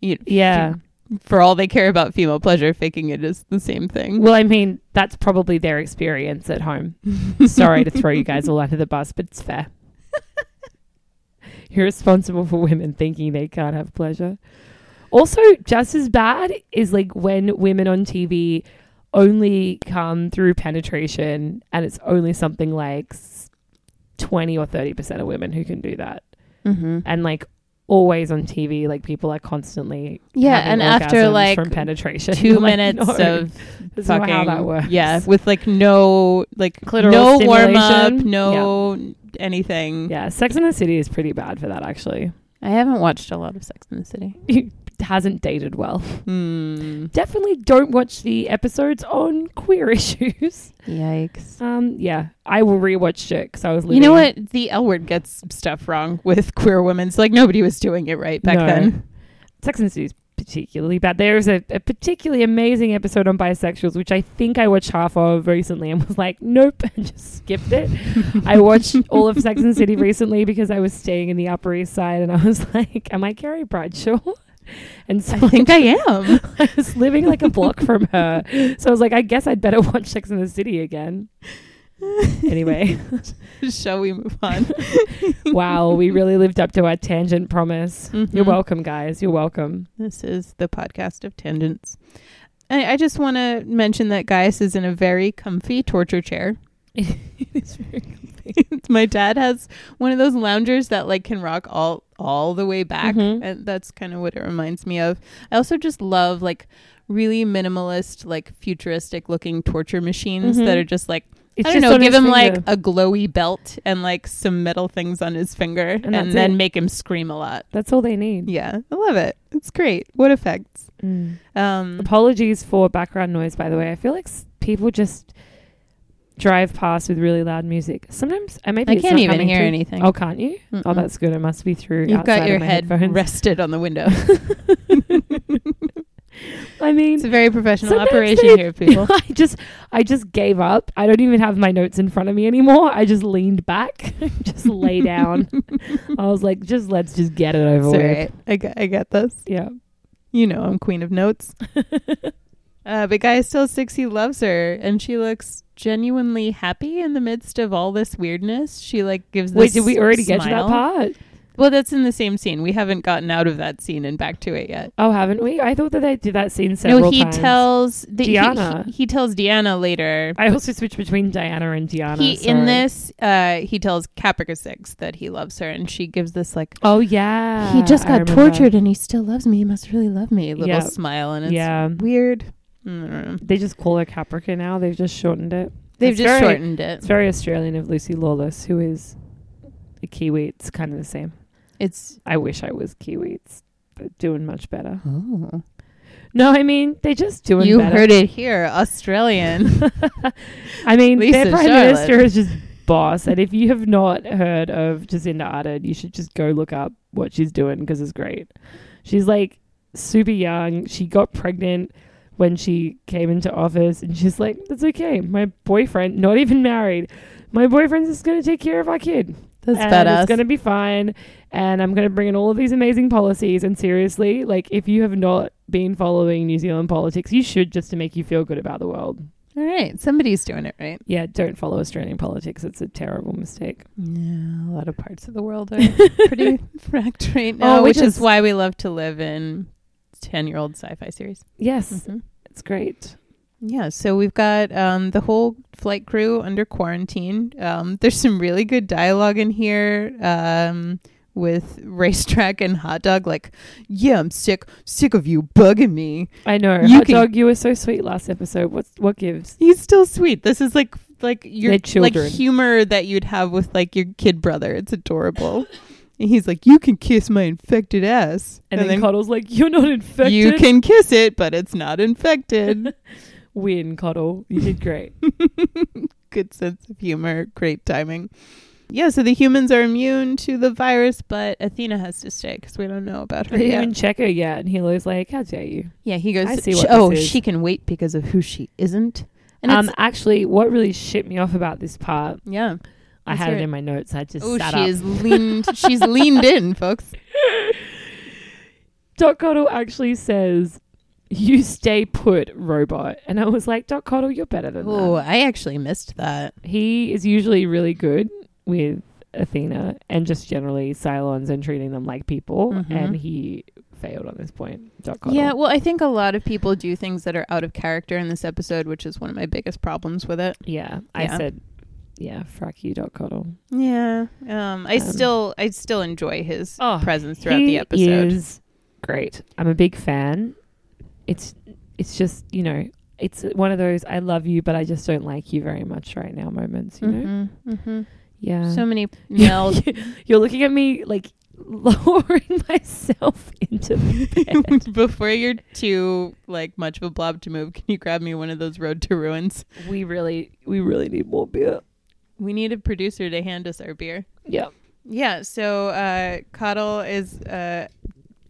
Speaker 1: you,
Speaker 2: Yeah.
Speaker 1: for all they care about female pleasure, faking it is the same thing.
Speaker 2: Well, I mean, that's probably their experience at home. Sorry to throw you guys all under the bus, but it's fair. You're responsible for women thinking they can't have pleasure. Also, just as bad is like when women on TV only come through penetration and it's only something like s- 20 or 30% of women who can do that.
Speaker 1: Mm-hmm.
Speaker 2: And like always on TV, like people are constantly
Speaker 1: Yeah, and
Speaker 2: having
Speaker 1: after
Speaker 2: orgasms
Speaker 1: like
Speaker 2: from penetration
Speaker 1: two
Speaker 2: You're like,
Speaker 1: minutes
Speaker 2: "No."
Speaker 1: of
Speaker 2: This is not
Speaker 1: fucking
Speaker 2: how that works.
Speaker 1: yeah, with like no like
Speaker 2: Clitoral
Speaker 1: no warm up,
Speaker 2: stimulation.
Speaker 1: no anything.
Speaker 2: Yeah, Sex in the City is pretty bad for that, actually.
Speaker 1: I haven't watched a lot of Sex in the City.
Speaker 2: It hasn't dated well.
Speaker 1: Hmm.
Speaker 2: Definitely don't watch the episodes on queer issues.
Speaker 1: Yikes.
Speaker 2: Um, yeah, I will rewatch it because I was.
Speaker 1: You
Speaker 2: Living
Speaker 1: know what? The L word gets stuff wrong with queer women. So like nobody was doing it right back
Speaker 2: No.
Speaker 1: then.
Speaker 2: Sex and the City is particularly bad. There is a, a particularly amazing episode on bisexuals, which I think I watched half of recently and was like, nope, and just skipped it. I watched all of Sex and the City recently because I was staying in the Upper East Side and I was like, am I Carrie Bradshaw? And so
Speaker 1: I think I am.
Speaker 2: I was living like a block from her. So I was like, I guess I'd better watch Sex in the City again. Anyway,
Speaker 1: Shall we move on?
Speaker 2: wow, we really lived up to our tangent promise. You're
Speaker 1: Mhm.
Speaker 2: welcome, guys. You're welcome.
Speaker 1: This is the podcast of tangents. I, I just want to mention that Gaius is in a very comfy torture chair. My dad has one of those loungers that like can rock all all the way back,
Speaker 2: Mhm.
Speaker 1: and that's kind of what it reminds me of. I also just love like really minimalist, like futuristic looking torture machines
Speaker 2: Mhm.
Speaker 1: that are just like
Speaker 2: It's
Speaker 1: I don't
Speaker 2: just
Speaker 1: know,
Speaker 2: on
Speaker 1: give
Speaker 2: his
Speaker 1: him like
Speaker 2: finger.
Speaker 1: a glowy belt and like some metal things on his finger, and,
Speaker 2: that's
Speaker 1: then
Speaker 2: it.
Speaker 1: make him scream a lot.
Speaker 2: That's all they need.
Speaker 1: Yeah, I love it. It's great. What effects?
Speaker 2: Mm.
Speaker 1: Um,
Speaker 2: Apologies for background noise, by the way. I feel like s- people just drive past with really loud music. Sometimes I maybe
Speaker 1: I
Speaker 2: it's
Speaker 1: can't
Speaker 2: not
Speaker 1: even
Speaker 2: coming
Speaker 1: hear
Speaker 2: through.
Speaker 1: anything.
Speaker 2: Oh, can't you? Oh,
Speaker 1: Mm-mm.
Speaker 2: that's good. It must be through.
Speaker 1: You've
Speaker 2: outside
Speaker 1: got your
Speaker 2: of my
Speaker 1: head
Speaker 2: headphones.
Speaker 1: rested on the window.
Speaker 2: I mean,
Speaker 1: it's a very professional
Speaker 2: Sometimes
Speaker 1: operation
Speaker 2: they-
Speaker 1: here, people.
Speaker 2: I just I just gave up. I don't even have my notes in front of me anymore. I just leaned back, just lay down. I was like, just let's just get it over
Speaker 1: It's all
Speaker 2: with.
Speaker 1: right. I got, I got this.
Speaker 2: Yeah.
Speaker 1: You know, I'm queen of notes. uh, but guy still six. He loves her, and she looks genuinely happy in the midst of all this weirdness. She like gives. This
Speaker 2: Wait, did we already get to that
Speaker 1: smile.
Speaker 2: part?
Speaker 1: Well, that's in the same scene. We haven't gotten out of that scene and back to it yet.
Speaker 2: Oh, haven't we? I thought that they did that scene several
Speaker 1: no, he
Speaker 2: times.
Speaker 1: tells the, he-
Speaker 2: Deanna.
Speaker 1: He, he tells Deanna later.
Speaker 2: I also switched between Diana and Diana.
Speaker 1: he in
Speaker 2: sorry.
Speaker 1: this uh he tells Caprica Six that he loves her, and she gives this like
Speaker 2: Oh yeah,
Speaker 1: he just
Speaker 2: I
Speaker 1: got
Speaker 2: remember.
Speaker 1: tortured and he still loves me. He must really love me. Little
Speaker 2: Yeah.
Speaker 1: smile and it's
Speaker 2: Yeah.
Speaker 1: weird. I don't know.
Speaker 2: They just call her Caprica now. They've just shortened it.
Speaker 1: They've
Speaker 2: It's
Speaker 1: just
Speaker 2: very-
Speaker 1: shortened it.
Speaker 2: It's very Australian of Lucy Lawless, who is a Kiwi. It's kind of the same.
Speaker 1: It's
Speaker 2: I wish I was Kiwi. It's but doing much better.
Speaker 1: oh,
Speaker 2: No, I mean they're just doing.
Speaker 1: you
Speaker 2: better.
Speaker 1: heard it here, Australian.
Speaker 2: I mean,
Speaker 1: Lisa
Speaker 2: their prime
Speaker 1: Charlotte.
Speaker 2: minister is just boss. And if you have not heard of Jacinda Ardern, you should just go look up what she's doing because it's great. She's like super young. She got pregnant when she came into office, and she's like, "That's okay. My boyfriend, not even married, my boyfriend's just going to take care of our kid."
Speaker 1: That's
Speaker 2: and
Speaker 1: badass.
Speaker 2: It's going to be fine. And I'm going to bring in all of these amazing policies. And seriously, like, if you have not been following New Zealand politics, you should just to make you feel good about the world.
Speaker 1: All right, somebody's doing it right.
Speaker 2: Yeah, don't follow Australian politics. It's a terrible mistake.
Speaker 1: Yeah, a lot of parts of the world are pretty fracked right now,
Speaker 2: Oh,
Speaker 1: which
Speaker 2: which
Speaker 1: is
Speaker 2: is-
Speaker 1: why we love to live in ten-year-old sci-fi series.
Speaker 2: Yes,
Speaker 1: Mhm.
Speaker 2: it's great.
Speaker 1: Yeah, so we've got um, the whole flight crew under quarantine. Um, there's some really good dialogue in here um, with racetrack and hot dog. Like, yeah, I'm sick, sick of you bugging me.
Speaker 2: I know.
Speaker 1: You
Speaker 2: Hot
Speaker 1: can-
Speaker 2: dog, you were so sweet last episode. What's what gives?
Speaker 1: He's still sweet. This is like like your
Speaker 2: They're
Speaker 1: like
Speaker 2: children.
Speaker 1: humor that you'd have with like your kid brother. It's adorable. and he's like, you can kiss my infected ass,
Speaker 2: And, then, Coddle's like, "You're not infected."
Speaker 1: you can kiss it, but it's not infected.
Speaker 2: win, Coddle. You did great.
Speaker 1: good sense of humor, great timing. Yeah, so the humans are immune to the virus, but Athena has to stay because we don't know about
Speaker 2: I
Speaker 1: her
Speaker 2: didn't
Speaker 1: yet.
Speaker 2: even check her yet, and Hilo's like, "How dare you?"
Speaker 1: yeah, he goes.
Speaker 2: I see
Speaker 1: "Sh-
Speaker 2: what this
Speaker 1: oh,
Speaker 2: is."
Speaker 1: she can wait because of who she isn't. And
Speaker 2: um,
Speaker 1: it's,
Speaker 2: actually, what really shit me off about this part,
Speaker 1: yeah.
Speaker 2: I
Speaker 1: Let's
Speaker 2: had
Speaker 1: hear
Speaker 2: it
Speaker 1: it.
Speaker 2: in my notes. I just
Speaker 1: Oh,
Speaker 2: sat
Speaker 1: she
Speaker 2: up.
Speaker 1: is leaned. She's leaned in, folks.
Speaker 2: Doc Coddle actually says, You stay put, robot. And I was like, Doc Coddle, you're better than
Speaker 1: Oh,
Speaker 2: that.
Speaker 1: I actually missed that.
Speaker 2: He is usually really good with Athena and just generally Cylons and treating them like people.
Speaker 1: Mhm.
Speaker 2: And he failed on this point, Doc Coddle.
Speaker 1: Yeah, well, I think a lot of people do things that are out of character in this episode, which is one of my biggest problems with it.
Speaker 2: Yeah. I
Speaker 1: Yeah.
Speaker 2: said, yeah, frack you, Doc Coddle.
Speaker 1: Yeah. Um, I
Speaker 2: Um,
Speaker 1: still I still enjoy his
Speaker 2: Oh,
Speaker 1: presence throughout
Speaker 2: he
Speaker 1: the episode.
Speaker 2: Is great. I'm a big fan. It's it's just you know it's one of those I love you but I just don't like you very much right now moments. You know,
Speaker 1: hmm hmm
Speaker 2: yeah.
Speaker 1: So many Mel
Speaker 2: You're looking at me like lowering myself into the bed.
Speaker 1: before you're too like much of a blob to move, can you grab me one of those road to ruins?
Speaker 2: we really we really need more beer.
Speaker 1: We need a producer to hand us our beer.
Speaker 2: Yeah.
Speaker 1: Yeah, so uh Coddle is uh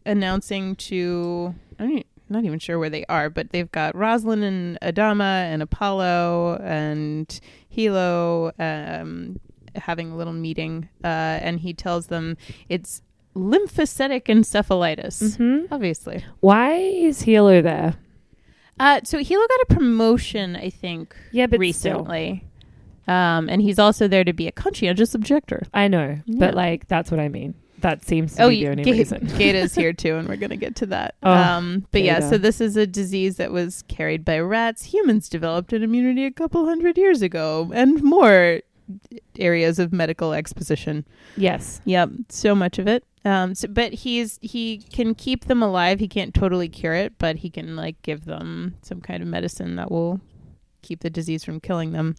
Speaker 1: announcing to I'm not- e, not even sure where they are, but they've got Rosalind and Adama and Apollo and Hilo um having a little meeting uh and he tells them it's lymphocytic encephalitis.
Speaker 2: hmm
Speaker 1: Obviously.
Speaker 2: Why is Hilo there?
Speaker 1: Uh, so Hilo got a promotion, I think,
Speaker 2: Yeah, but still,
Speaker 1: recently. Um, and he's also there to be a conscientious objector.
Speaker 2: I know,
Speaker 1: Yeah.
Speaker 2: but like that's what I mean. That seems to
Speaker 1: Oh,
Speaker 2: be the
Speaker 1: yeah,
Speaker 2: only
Speaker 1: Ga-
Speaker 2: reason.
Speaker 1: Gata's here too, and we're going to get to that.
Speaker 2: Oh,
Speaker 1: um, but yeah,
Speaker 2: Gata.
Speaker 1: so this is a disease that was carried by rats. Humans developed an immunity a couple hundred years ago, and more areas of medical exposition.
Speaker 2: yes.
Speaker 1: Yep, so much of it. Um, so, but he's he can keep them alive. He can't totally cure it, but he can like give them some kind of medicine that will keep the disease from killing them.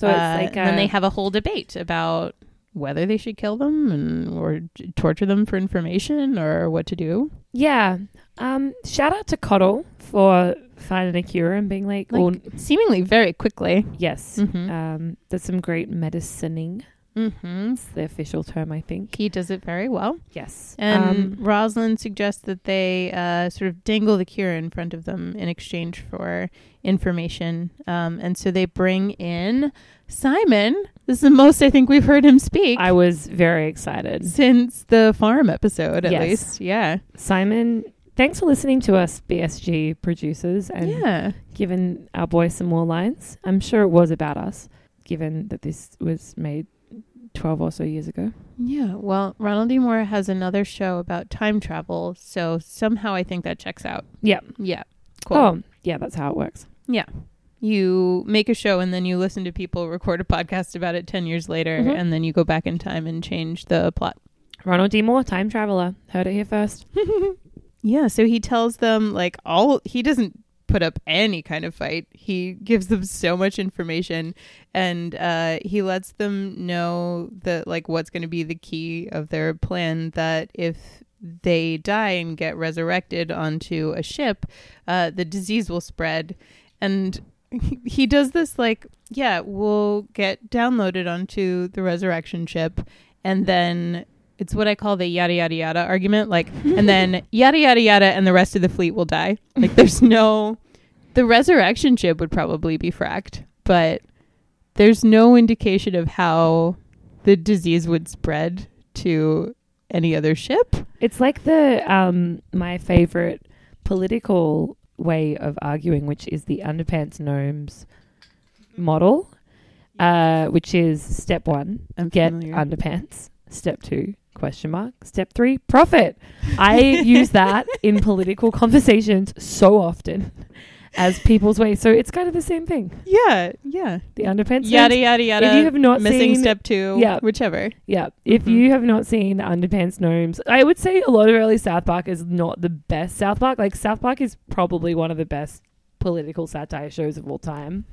Speaker 2: So it's
Speaker 1: Uh,
Speaker 2: like
Speaker 1: then
Speaker 2: uh,
Speaker 1: they have a whole debate about whether they should kill them and or t- torture them for information or what to do.
Speaker 2: Yeah. Um, shout out to Coddle for finding a cure and being like,
Speaker 1: Like-
Speaker 2: well,
Speaker 1: Seemingly very quickly.
Speaker 2: yes.
Speaker 1: Mhm.
Speaker 2: Um, there's some great medicining.
Speaker 1: Mm-hmm.
Speaker 2: It's the official term, I think.
Speaker 1: He does it very well.
Speaker 2: Yes.
Speaker 1: And
Speaker 2: um,
Speaker 1: Rosalind suggests that they uh, sort of dangle the cure in front of them in exchange for information. Um, and so they bring in Simon. This is the most I think we've heard him speak
Speaker 2: I was very excited.
Speaker 1: since the farm episode, at
Speaker 2: Yes.
Speaker 1: least. Yeah.
Speaker 2: Simon, thanks for listening to us, BSG producers, and
Speaker 1: yeah.
Speaker 2: giving our boy some more lines. I'm sure it was about us, given that this was made 12 or so years ago.
Speaker 1: Yeah, well, Ronald D. Moore has another show about time travel, so somehow I think that checks out.
Speaker 2: Yep.
Speaker 1: Yeah. Cool.
Speaker 2: Oh, yeah, that's how it works.
Speaker 1: You make a show and then you listen to people record a podcast about it 10 years later,
Speaker 2: Mhm.
Speaker 1: and then you go back in time and change the plot.
Speaker 2: Ronald D. Moore, time traveler. Heard it here first.
Speaker 1: Yeah, so he tells them, like, all he doesn't put up any kind of fight. He gives them so much information and uh, he lets them know that, like, what's going to be the key of their plan that if they die and get resurrected onto a ship, uh, the disease will spread. And he does this, like, yeah, we'll get downloaded onto the resurrection ship and then. It's what I call the yada yada yada argument. Like, and then yada yada yada, and the rest of the fleet will die. Like, there's no, the resurrection ship would probably be fracked, but there's no indication of how the disease would spread to any other ship.
Speaker 2: It's like the um my favorite political way of arguing, which is the underpants gnomes model, uh, which is step one,
Speaker 1: I'm
Speaker 2: get underpants. Step two, question mark. Step three, profit. I use that in political conversations so often as people's way. So it's kind of the same thing.
Speaker 1: yeah, yeah.
Speaker 2: The underpants.
Speaker 1: Yada
Speaker 2: gnomes-
Speaker 1: yada yada.
Speaker 2: If you have not
Speaker 1: missing
Speaker 2: seen
Speaker 1: step two,
Speaker 2: Yeah.
Speaker 1: whichever.
Speaker 2: yeah. If
Speaker 1: Mhm.
Speaker 2: you have not seen the Underpants Gnomes, I would say a lot of early South Park is not the best South Park. Like South Park is probably one of the best political satire shows of all time.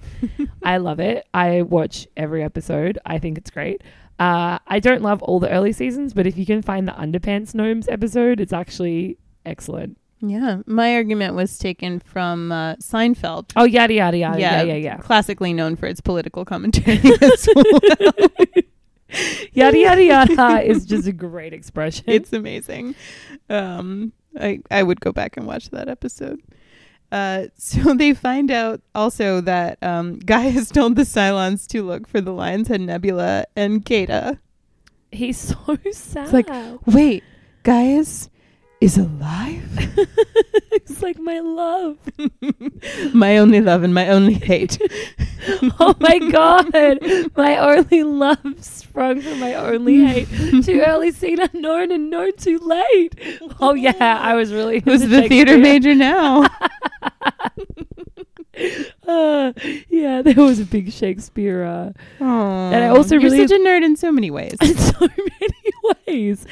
Speaker 2: I love it. I watch every episode. I think it's great. Uh, I don't love all the early seasons, but if you can find the Underpants Gnomes episode, it's actually excellent.
Speaker 1: Yeah, my argument was taken from uh, Seinfeld.
Speaker 2: Oh yada yada yada yeah yeah yeah
Speaker 1: Classically known for its political commentary as well.
Speaker 2: yada yada yada is just a great expression.
Speaker 1: it's amazing. Um, I I would go back and watch that episode. Uh, so they find out also that um, Guy has told the Cylons to look for the Lion's Head Nebula and Gata.
Speaker 2: He's so sad.
Speaker 1: like, Wait, Gaius is alive?
Speaker 2: It's like my love.
Speaker 1: my only love and my only hate.
Speaker 2: Oh my god, my only love sprung from my only hate. Too early seen, unknown, and known too late. Oh yeah, I was really
Speaker 1: Who's
Speaker 2: into
Speaker 1: the theater major
Speaker 2: Shakespeare.
Speaker 1: now?
Speaker 2: Uh, yeah, there was a big Shakespeare. Uh,
Speaker 1: and
Speaker 2: I also
Speaker 1: You're
Speaker 2: really-
Speaker 1: such a nerd in so many ways.
Speaker 2: in so many ways.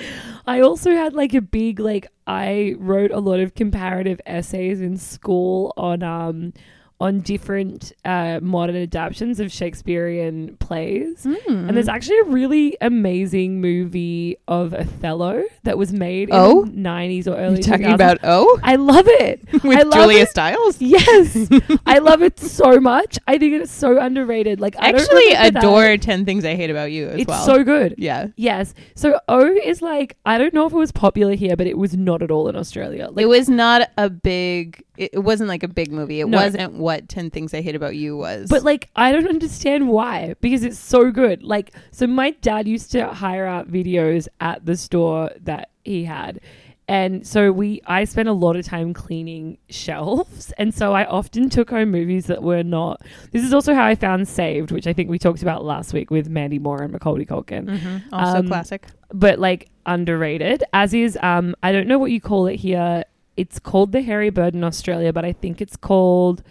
Speaker 2: I also had like a big like I wrote a lot of comparative essays in school on um on different uh, modern adaptations of Shakespearean plays.
Speaker 1: Hmm.
Speaker 2: And
Speaker 1: Mm.
Speaker 2: there's actually a really amazing movie of Othello that was made
Speaker 1: Oh?
Speaker 2: in the 90s or
Speaker 1: You're
Speaker 2: early
Speaker 1: talking
Speaker 2: 2000s.
Speaker 1: about oh
Speaker 2: I love it. I
Speaker 1: with
Speaker 2: love
Speaker 1: Julia
Speaker 2: it.
Speaker 1: Stiles.
Speaker 2: Yes. I love it so much. I think it's so underrated. Like I
Speaker 1: I
Speaker 2: don't
Speaker 1: actually
Speaker 2: remember that.
Speaker 1: adore Ten Things I Hate About You as
Speaker 2: It's
Speaker 1: well.
Speaker 2: so good.
Speaker 1: yeah,
Speaker 2: Yes. So O is like I don't know if it was popular here, but it was not at all in Australia. Like
Speaker 1: it was not a big. It, it wasn't like a big movie. It
Speaker 2: No.
Speaker 1: wasn't what Ten Things I Hate About You was.
Speaker 2: but like I don't understand why because it's so good. Like so my dad used to hire out videos at the store that he had. And so we I spent a lot of time cleaning shelves and so I often took home movies that were not This is also how I found Saved, which I think we talked about last week with Mandy Moore and Macaulay Culkin.
Speaker 1: Mm-hmm. also
Speaker 2: um,
Speaker 1: classic.
Speaker 2: but like underrated. As is, um, I don't know what you call it here. It's called the hairy bird in Australia, but I think it's called.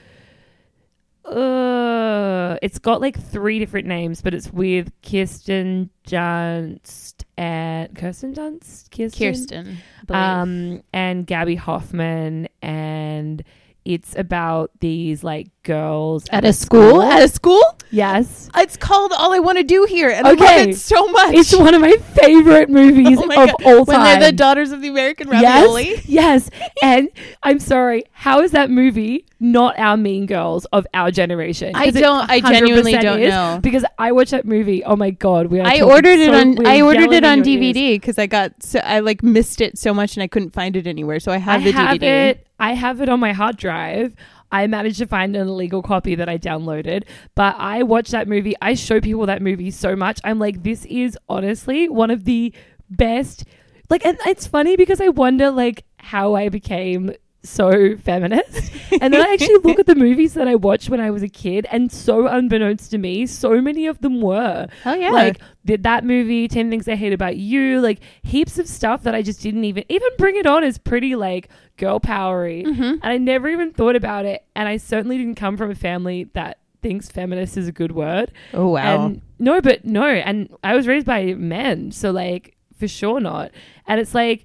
Speaker 2: Uh, it's got like three different names, but it's with Kirsten Dunst and Kirsten Dunst, Kirsten,
Speaker 1: Kirsten.
Speaker 2: um, and Gabby Hoffman, and it's about these like girls
Speaker 1: at a school? At a school?
Speaker 2: Yes,
Speaker 1: It's called All I Want to Do Here, and I love
Speaker 2: Okay.
Speaker 1: it so much.
Speaker 2: it's one of my favorite movies
Speaker 1: Oh
Speaker 2: of
Speaker 1: my God.
Speaker 2: all time.
Speaker 1: When they're the daughters of the American Ravioli.
Speaker 2: Yes, yes. And I'm sorry, how is that movie not our Mean Girls of our generation?
Speaker 1: I
Speaker 2: 'Cause it
Speaker 1: don't- I genuinely
Speaker 2: 100%
Speaker 1: don't
Speaker 2: is,
Speaker 1: know.
Speaker 2: Because I watched that movie. Oh my god, we. Are
Speaker 1: I
Speaker 2: talking
Speaker 1: ordered it
Speaker 2: so-
Speaker 1: on
Speaker 2: we're
Speaker 1: I ordered
Speaker 2: yelling
Speaker 1: it
Speaker 2: in
Speaker 1: on
Speaker 2: your ears.
Speaker 1: DVD because I got so I like missed it so much and I couldn't find it anywhere. So I
Speaker 2: I
Speaker 1: have the
Speaker 2: have
Speaker 1: DVD.
Speaker 2: it. I have it on my hard drive. I managed to find an illegal copy that I downloaded, but I watched that movie. I show people that movie so much. I'm like, this is honestly one of the best. Like, and it's funny because I wonder like how I became so feminist, and then I actually look at the movies that I watched when I was a kid, and so unbeknownst to me, so many of them were.
Speaker 1: Oh yeah.
Speaker 2: Like did that movie, Ten Things I Hate About You, like heaps of stuff that I just didn't even even Bring It On is pretty like girl powery,
Speaker 1: Mm-hmm.
Speaker 2: and I never even thought about it. And I certainly didn't come from a family that thinks feminist is a good word.
Speaker 1: oh wow.
Speaker 2: And no, but no, and I was raised by men, so like for sure not. And it's like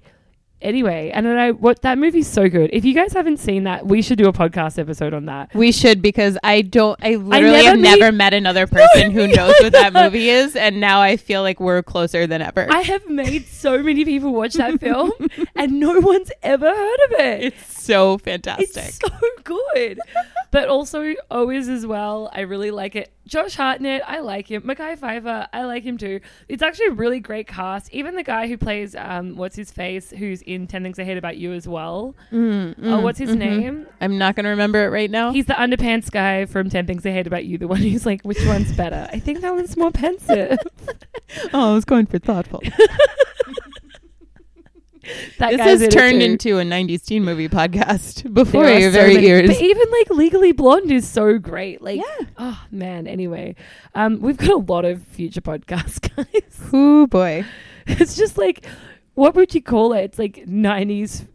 Speaker 2: anyway, and then I what that movie's so good. If you guys haven't seen that, we should do a podcast episode on that.
Speaker 1: we should because I don't I literally have
Speaker 2: never meet-
Speaker 1: never met another person who
Speaker 2: me
Speaker 1: knows what that
Speaker 2: either.
Speaker 1: movie is and now I feel like we're closer than ever.
Speaker 2: I have made so many people watch that film and no one's ever heard of it.
Speaker 1: it's so fantastic.
Speaker 2: It's so good. but also always as well. I really like it. Josh Hartnett, I like him. Mackay Pfeiffer, I like him too. It's actually a really great cast. Even the guy who plays um, what's his face, who's in Ten Things I Hate About You as well.
Speaker 1: Mm,
Speaker 2: oh, what's his name?
Speaker 1: Mm-hmm. I'm not going to remember it right now.
Speaker 2: He's the underpants guy from Ten Things I Hate About You. The one who's like, which one's better? I think that one's more pensive.
Speaker 1: oh, I was going for thoughtful.
Speaker 2: That
Speaker 1: this
Speaker 2: guy's in
Speaker 1: has
Speaker 2: it
Speaker 1: turned
Speaker 2: too.
Speaker 1: into a 90s teen movie podcast
Speaker 2: There
Speaker 1: before
Speaker 2: are
Speaker 1: your
Speaker 2: so
Speaker 1: very
Speaker 2: many-
Speaker 1: ears.
Speaker 2: But even like Legally Blonde is so great. Like, oh man. Anyway, um, we've got a lot of future podcasts, guys.
Speaker 1: Oh boy.
Speaker 2: It's just like, what would you call it? It's like '90s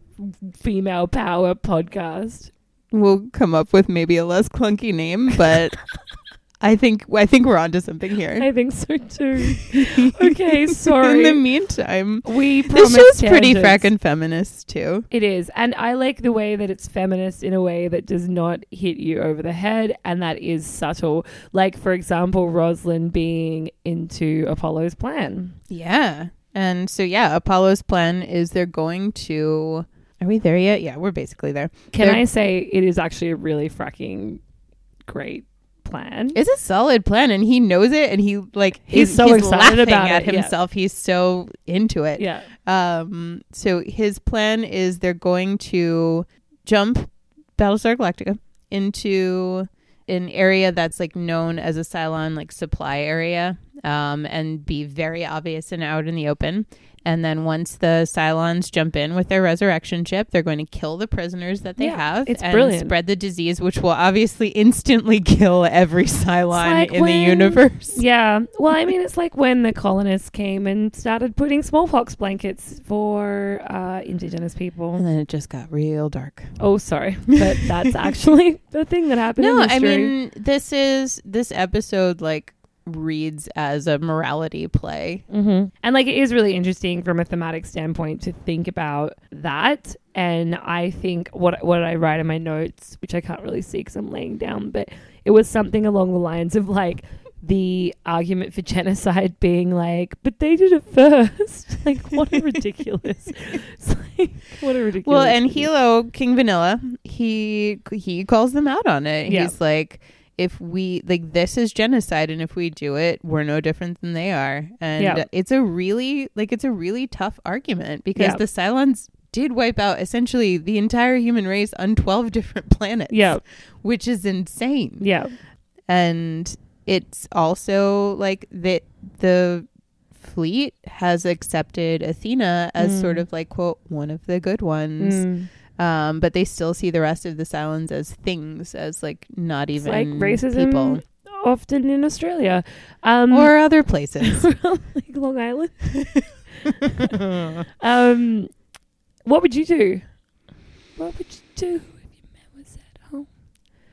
Speaker 2: female power podcast.
Speaker 1: We'll come up with maybe a less clunky name, but I think I think we're onto something here.
Speaker 2: I think so too. okay,
Speaker 1: In
Speaker 2: sorry.
Speaker 1: the meantime,
Speaker 2: we
Speaker 1: this
Speaker 2: promised
Speaker 1: show's pretty
Speaker 2: tangents.
Speaker 1: frackin' feminist too.
Speaker 2: It is. And I like the way that it's feminist in a way that does not hit you over the head and that is subtle. Like, for example, Rosalind being into Apollo's plan.
Speaker 1: Yeah. And so yeah, Apollo's plan is they're going to are we there yet? Yeah, we're basically there.
Speaker 2: Can
Speaker 1: They're-
Speaker 2: I say it is actually a really fracking great plan?
Speaker 1: It's a solid plan and he knows it and he like
Speaker 2: He's
Speaker 1: is-
Speaker 2: so excited
Speaker 1: laughing
Speaker 2: about
Speaker 1: at
Speaker 2: it, yeah.
Speaker 1: himself. He's so into it.
Speaker 2: yeah.
Speaker 1: Um, so his plan is they're going to jump Battlestar Galactica into an area that's like known as a Cylon like supply area, um, and be very obvious and out in the open. And then once the Cylons jump in with their resurrection ship, they're going to kill the prisoners that they
Speaker 2: Yeah,
Speaker 1: have
Speaker 2: it's
Speaker 1: and
Speaker 2: brilliant.
Speaker 1: spread the disease, which will obviously instantly kill every Cylon
Speaker 2: like
Speaker 1: in
Speaker 2: when-
Speaker 1: the universe.
Speaker 2: Yeah. Well, I mean, it's like when the colonists came and started putting smallpox blankets for uh, indigenous
Speaker 1: And
Speaker 2: people.
Speaker 1: then it just got real dark.
Speaker 2: Oh, sorry, but that's actually the thing that happened.
Speaker 1: No,
Speaker 2: in
Speaker 1: I
Speaker 2: history.
Speaker 1: mean this is this episode like reads as a morality play.
Speaker 2: hmm And like it is really interesting from a thematic standpoint to think about that. And I think what what I write in my notes, which I can't really see because I'm laying down, but it was something along the lines of like the argument for genocide being like, but they did it first. like what a ridiculous, it's like, what a ridiculous.
Speaker 1: Well, and Hilo King Vanilla, he he calls them out on it.
Speaker 2: Yeah.
Speaker 1: He's like if we like this is genocide and if we do it, we're no different than they are. And
Speaker 2: Yeah.
Speaker 1: it's a really like it's a really tough argument because
Speaker 2: Yeah.
Speaker 1: the Cylons did wipe out essentially the entire human race on 12 different planets.
Speaker 2: Yeah.
Speaker 1: Which is insane.
Speaker 2: yeah,
Speaker 1: and it's also like that the fleet has accepted Athena as
Speaker 2: Mm.
Speaker 1: sort of like quote one of the good ones,
Speaker 2: Mm.
Speaker 1: um, but they still see the rest of the Cylons as things, as like not
Speaker 2: it's
Speaker 1: even
Speaker 2: like racism
Speaker 1: people
Speaker 2: often in Australia, um,
Speaker 1: or other places.
Speaker 2: like Long Island. Um, what would you do? What would you do if your man was at home?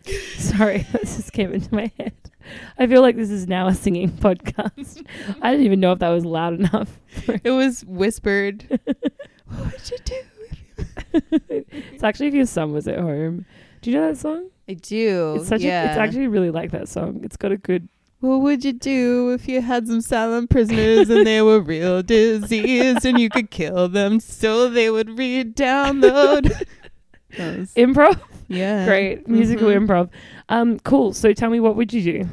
Speaker 2: Sorry, this just came into my head. I feel like this is now a singing podcast. I didn't even know if that was loud enough.
Speaker 1: it was whispered. what would you do?
Speaker 2: It's actually if your son was at home. Do you know that song?
Speaker 1: I do.
Speaker 2: It's such
Speaker 1: yeah.
Speaker 2: a. It's actually really like that song. It's got a good.
Speaker 1: What would you do if you had some silent prisoners and they were real disease and you could kill them so they would re-download? That was-
Speaker 2: Improv,
Speaker 1: yeah,
Speaker 2: great musical
Speaker 1: Mhm.
Speaker 2: improv. Um, cool. So tell me, what would you do?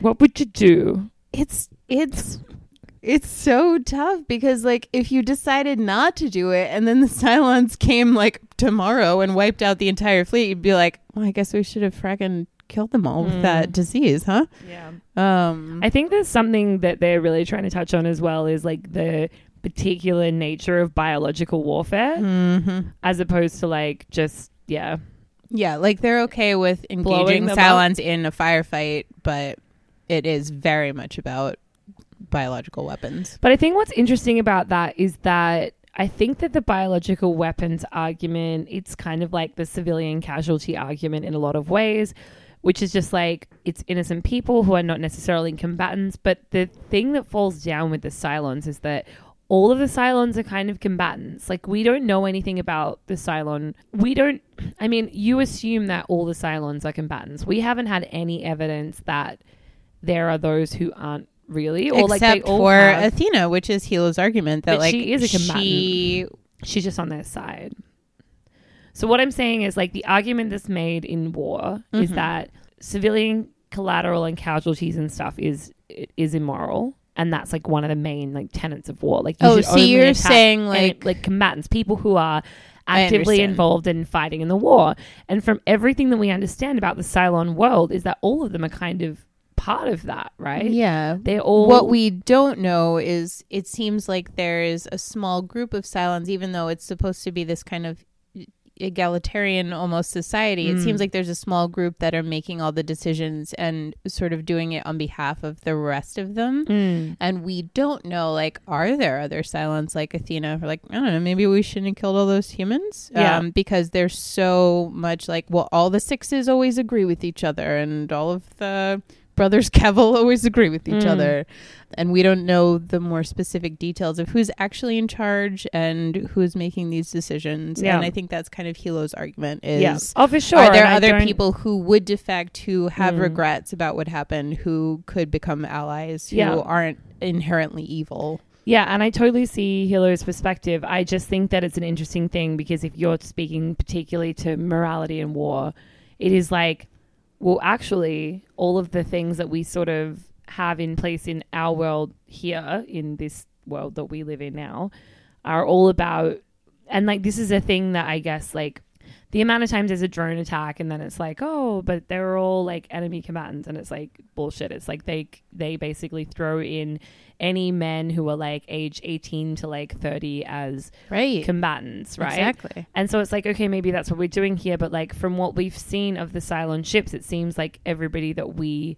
Speaker 2: What would you do?
Speaker 1: It's it's it's so tough because like if you decided not to do it and then the Cylons came like tomorrow and wiped out the entire fleet, you'd be like, well, I guess we should have fracking killed them all with
Speaker 2: Mm.
Speaker 1: that disease, huh?
Speaker 2: Yeah.
Speaker 1: Um,
Speaker 2: I think there's something that they're really trying to touch on as well is like the particular nature of biological warfare
Speaker 1: mhm.
Speaker 2: as opposed to like just yeah
Speaker 1: Yeah, like they're okay with
Speaker 2: Blowing
Speaker 1: engaging
Speaker 2: them
Speaker 1: Cylons in a firefight, but it is very much about biological weapons.
Speaker 2: but i think what's interesting about that is that i think that the biological weapons argument it's kind of like the civilian casualty argument in a lot of ways which is just like it's innocent people who are not necessarily combatants but the thing that falls down with the cylons is that all of the Cylons are kind of combatants. Like, we don't know anything about the Cylon. We don't, I mean, you assume that all the Cylons are combatants. We haven't had any evidence that there are those who aren't really, or like they
Speaker 1: Except
Speaker 2: all
Speaker 1: for
Speaker 2: have-
Speaker 1: Athena, which is Hilo's argument that
Speaker 2: But
Speaker 1: like
Speaker 2: she is a combatant.
Speaker 1: she-
Speaker 2: she's just on their side. So what I'm saying is like the argument that's made in war is
Speaker 1: Mm-hmm.
Speaker 2: that civilian collateral and casualties and stuff is is immoral. And that's like one of the main like tenets of war. Like you
Speaker 1: Oh,
Speaker 2: should
Speaker 1: so
Speaker 2: only
Speaker 1: you're
Speaker 2: attack
Speaker 1: saying,
Speaker 2: and-
Speaker 1: like-
Speaker 2: like combatants, people who are
Speaker 1: I
Speaker 2: actively
Speaker 1: understand.
Speaker 2: involved in fighting in the war. And from everything that we understand about the Cylon world is that all of them are kind of part of that, right?
Speaker 1: yeah.
Speaker 2: They're all
Speaker 1: What we don't know is it seems like there is a small group of Cylons, even though it's supposed to be this kind of egalitarian almost society. It seems like there's a small group that are making all the decisions and sort of doing it on behalf of the rest of them.
Speaker 2: Mm.
Speaker 1: And we don't know, like, are there other Cylons like Athena? Or like, I don't know, maybe we shouldn't have killed all those humans.
Speaker 2: Yeah.
Speaker 1: Um, because they're so much like, well, all the sixes always agree with each other, and all of the brothers Kevill always agree with each
Speaker 2: Mm.
Speaker 1: other. And we don't know the more specific details of who's actually in charge and who's making these decisions.
Speaker 2: Yeah.
Speaker 1: And I think that's kind of Hilo's argument is
Speaker 2: yeah. Oh, for sure.
Speaker 1: are there
Speaker 2: And I
Speaker 1: other
Speaker 2: don't-
Speaker 1: people who would defect, who have
Speaker 2: Mm.
Speaker 1: regrets about what happened, who could become allies, who
Speaker 2: Yeah.
Speaker 1: aren't inherently evil?
Speaker 2: Yeah, and I totally see Hiller's perspective. I just think that it's an interesting thing because if you're speaking particularly to morality and war, it is like, well, actually, all of the things that we sort of have in place in our world here, in this world that we live in now, are all about, and like, this is a thing that I guess, like, the amount of times there's a drone attack and then it's like, oh, but they're all like enemy combatants and it's like bullshit. It's like they they basically throw in any men who are like age 18 to like 30 as
Speaker 1: Right.
Speaker 2: combatants, right?
Speaker 1: E Exactly.
Speaker 2: And so it's like, okay, maybe that's what we're doing here, but like from what we've seen of the Cylon ships, it seems like everybody that we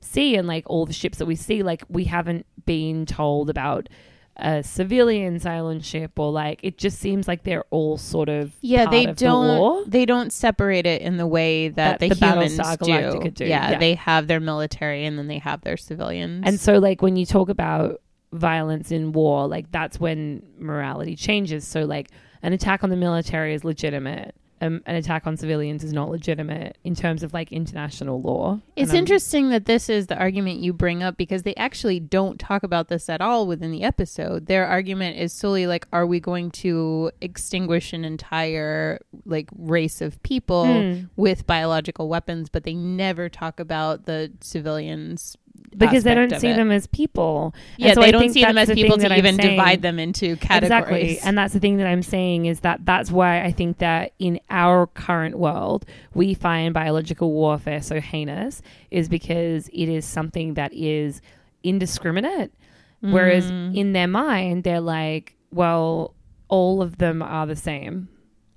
Speaker 2: see and like all the ships that we see, like we haven't been told about a civilian Cylon ship or like it just seems like they're all sort of
Speaker 1: Yeah,
Speaker 2: part
Speaker 1: they
Speaker 2: of the
Speaker 1: don't.
Speaker 2: war.
Speaker 1: they don't separate it in the way that,
Speaker 2: That
Speaker 1: the,
Speaker 2: the
Speaker 1: humans
Speaker 2: Battlestar
Speaker 1: do.
Speaker 2: Galactica do,
Speaker 1: Yeah,
Speaker 2: yeah.
Speaker 1: they have their military and then they have their civilians.
Speaker 2: And so, like, when you talk about violence in war, like, that's when morality changes. So, like, an attack on the military is legitimate. Um, an attack on civilians is not legitimate in terms of like international law.
Speaker 1: It's
Speaker 2: And I'm-
Speaker 1: interesting that this is the argument you bring up because they actually don't talk about this at all within the episode. Their argument is solely like, are we going to extinguish an entire like race of people
Speaker 2: Hmm.
Speaker 1: with biological weapons? But they never talk about the civilians
Speaker 2: because they
Speaker 1: aspect
Speaker 2: don't
Speaker 1: of
Speaker 2: see
Speaker 1: it.
Speaker 2: them as people. And
Speaker 1: Yeah,
Speaker 2: so I
Speaker 1: they don't
Speaker 2: think
Speaker 1: see them as
Speaker 2: that's the
Speaker 1: people
Speaker 2: thing
Speaker 1: to
Speaker 2: that I'm
Speaker 1: even
Speaker 2: saying.
Speaker 1: divide them into categories.
Speaker 2: Exactly. And that's the thing that I'm saying is that that's why I think that in our current world, we find biological warfare so heinous is because it is something that is indiscriminate. Whereas
Speaker 1: Hmm. Mm.
Speaker 2: in their mind, they're like, well, all of them are the same.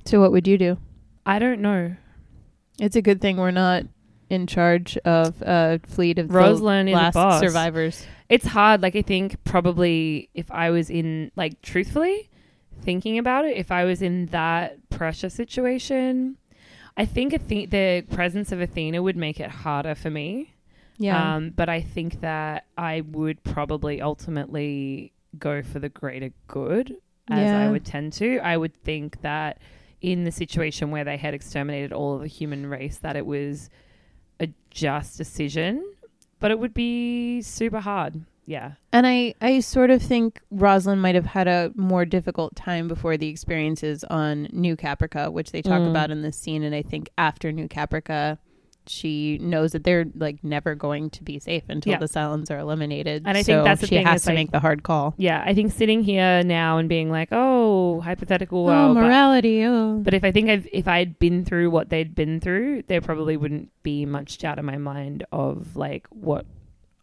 Speaker 1: so, what would you do?
Speaker 2: I don't know.
Speaker 1: It's a good thing we're not in charge of a fleet of the
Speaker 2: Rosalind is a
Speaker 1: last
Speaker 2: boss.
Speaker 1: survivors.
Speaker 2: It's hard. Like, I think probably if I was in, like, truthfully thinking about it, if I was in that pressure situation, I think Athe- the presence of Athena would make it harder for me.
Speaker 1: Yeah.
Speaker 2: Um, but I think that I would probably ultimately go for the greater good, as
Speaker 1: Yeah.
Speaker 2: I would tend to. I would think that in the situation where they had exterminated all of the human race, that it was a just decision, but it would be super hard. Yeah.
Speaker 1: And I, I sort of think Rosalind might have had a more difficult time before the experiences on New Caprica, which they talk
Speaker 2: Mm.
Speaker 1: about in this scene. And I think after New Caprica, she knows that they're like never going to be safe until
Speaker 2: Yeah.
Speaker 1: the Cylons are eliminated.
Speaker 2: And I think
Speaker 1: So
Speaker 2: that's the
Speaker 1: she
Speaker 2: thing
Speaker 1: has
Speaker 2: is,
Speaker 1: to
Speaker 2: like-
Speaker 1: make the hard call.
Speaker 2: Yeah. I think sitting here now and being like, oh, hypothetical world.
Speaker 1: oh,
Speaker 2: but-
Speaker 1: morality. Oh.
Speaker 2: But if I think I've, if I'd been through what they'd been through, there probably wouldn't be much doubt in my mind of like what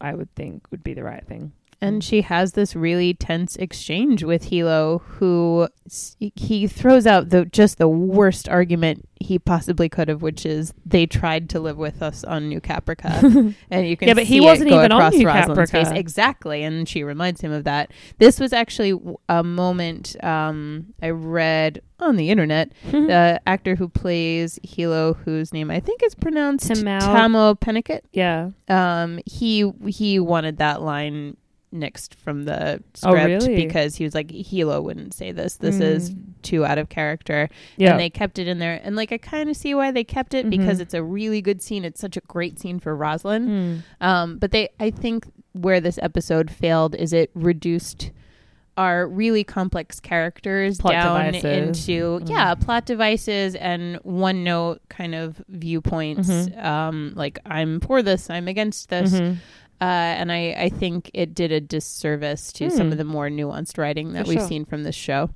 Speaker 2: I would think would be the right thing.
Speaker 1: And she has this really tense exchange with Hilo, who s- he throws out the just the worst argument he possibly could have, which is they tried to live with us on New Caprica, and you can
Speaker 2: Yeah, but
Speaker 1: see
Speaker 2: he
Speaker 1: it
Speaker 2: wasn't
Speaker 1: go
Speaker 2: even on
Speaker 1: across
Speaker 2: New
Speaker 1: Rosalind's
Speaker 2: Caprica.
Speaker 1: face. exactly. And she reminds him of that. This was actually w- a moment um, I read on the internet.
Speaker 2: Hmm. Uh,
Speaker 1: the actor who plays Hilo, whose name I think is pronounced
Speaker 2: Timao-
Speaker 1: Tamo Pennicott
Speaker 2: yeah.
Speaker 1: um he he wanted that line nixed from the
Speaker 2: Oh,
Speaker 1: script
Speaker 2: really?
Speaker 1: because he was like Hilo wouldn't say this this is too out of character
Speaker 2: Mm. Yeah.
Speaker 1: and they kept it in there and like I kind of see why they kept it because
Speaker 2: Mhm.
Speaker 1: it's a really good scene it's such a great scene for
Speaker 2: Mm.
Speaker 1: Rosalind um but they I think where this episode failed is it reduced our really complex characters
Speaker 2: Plot
Speaker 1: down
Speaker 2: devices. Mm-hmm.
Speaker 1: into yeah plot devices and one note kind of viewpoints
Speaker 2: Mhm.
Speaker 1: um like i'm for this i'm against this
Speaker 2: Mm-hmm.
Speaker 1: uh, and I, I think it did a disservice to some
Speaker 2: Hmm.
Speaker 1: of the more nuanced writing that
Speaker 2: For
Speaker 1: we've
Speaker 2: sure.
Speaker 1: seen from this show.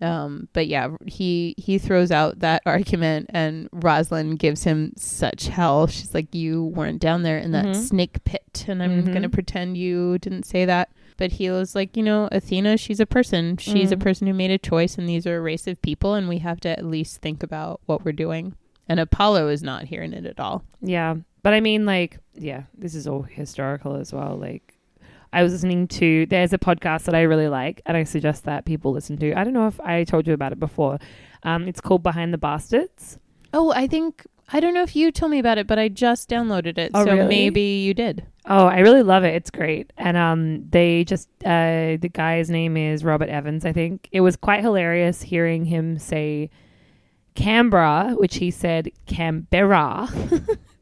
Speaker 1: Um, but yeah, he he throws out that argument, and Rosalind gives him such hell. She's like, "You weren't down there in that
Speaker 2: Mhm.
Speaker 1: snake pit, and I'm
Speaker 2: Mhm.
Speaker 1: gonna pretend you didn't say that." But Hilo's like, you know, Athena, she's a person. She's a
Speaker 2: Mm.
Speaker 1: person who made a choice, and these are a race of people, and we have to at least think about what we're doing. And Apollo is not hearing it at all.
Speaker 2: Yeah. But I mean, like, yeah, this is all historical as well. Like, I was listening to, there's a podcast that I really like, and I suggest that people listen to. I don't know if I told you about it before. Um, it's called Behind the Bastards.
Speaker 1: Oh, I think I don't know if you told me about it, but I just downloaded it,
Speaker 2: Oh,
Speaker 1: so
Speaker 2: really?
Speaker 1: maybe you did.
Speaker 2: Oh, I really love it. It's great. And um, they just, uh, the guy's name is Robert Evans, I think. It was quite hilarious hearing him say Canberra, which he said Canberra.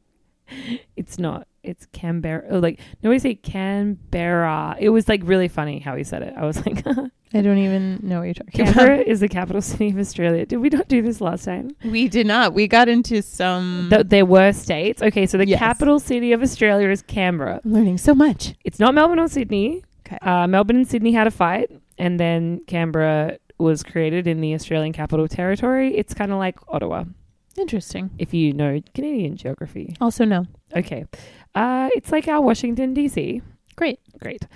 Speaker 2: it's not. It's Canberra. Oh, like, nobody say Canberra. It was like really funny how he said it. I was like,
Speaker 1: I don't even know what you're talking
Speaker 2: Canberra is the capital city of Australia. Did we not do this last time?
Speaker 1: about. We did not. We got into some
Speaker 2: Th- there were states. Okay, so the
Speaker 1: Mm. Yes.
Speaker 2: capital city of Australia is Canberra.
Speaker 1: learning so much.
Speaker 2: It's not Melbourne or Sydney.
Speaker 1: Okay.
Speaker 2: Uh, Melbourne and Sydney had a fight, and then Canberra was created in the Australian Capital Territory. It's kind of like Ottawa.
Speaker 1: Interesting.
Speaker 2: if you know Canadian geography.
Speaker 1: Also, no.
Speaker 2: Okay. Uh, it's like our Washington, D.C.
Speaker 1: Great.
Speaker 2: Great.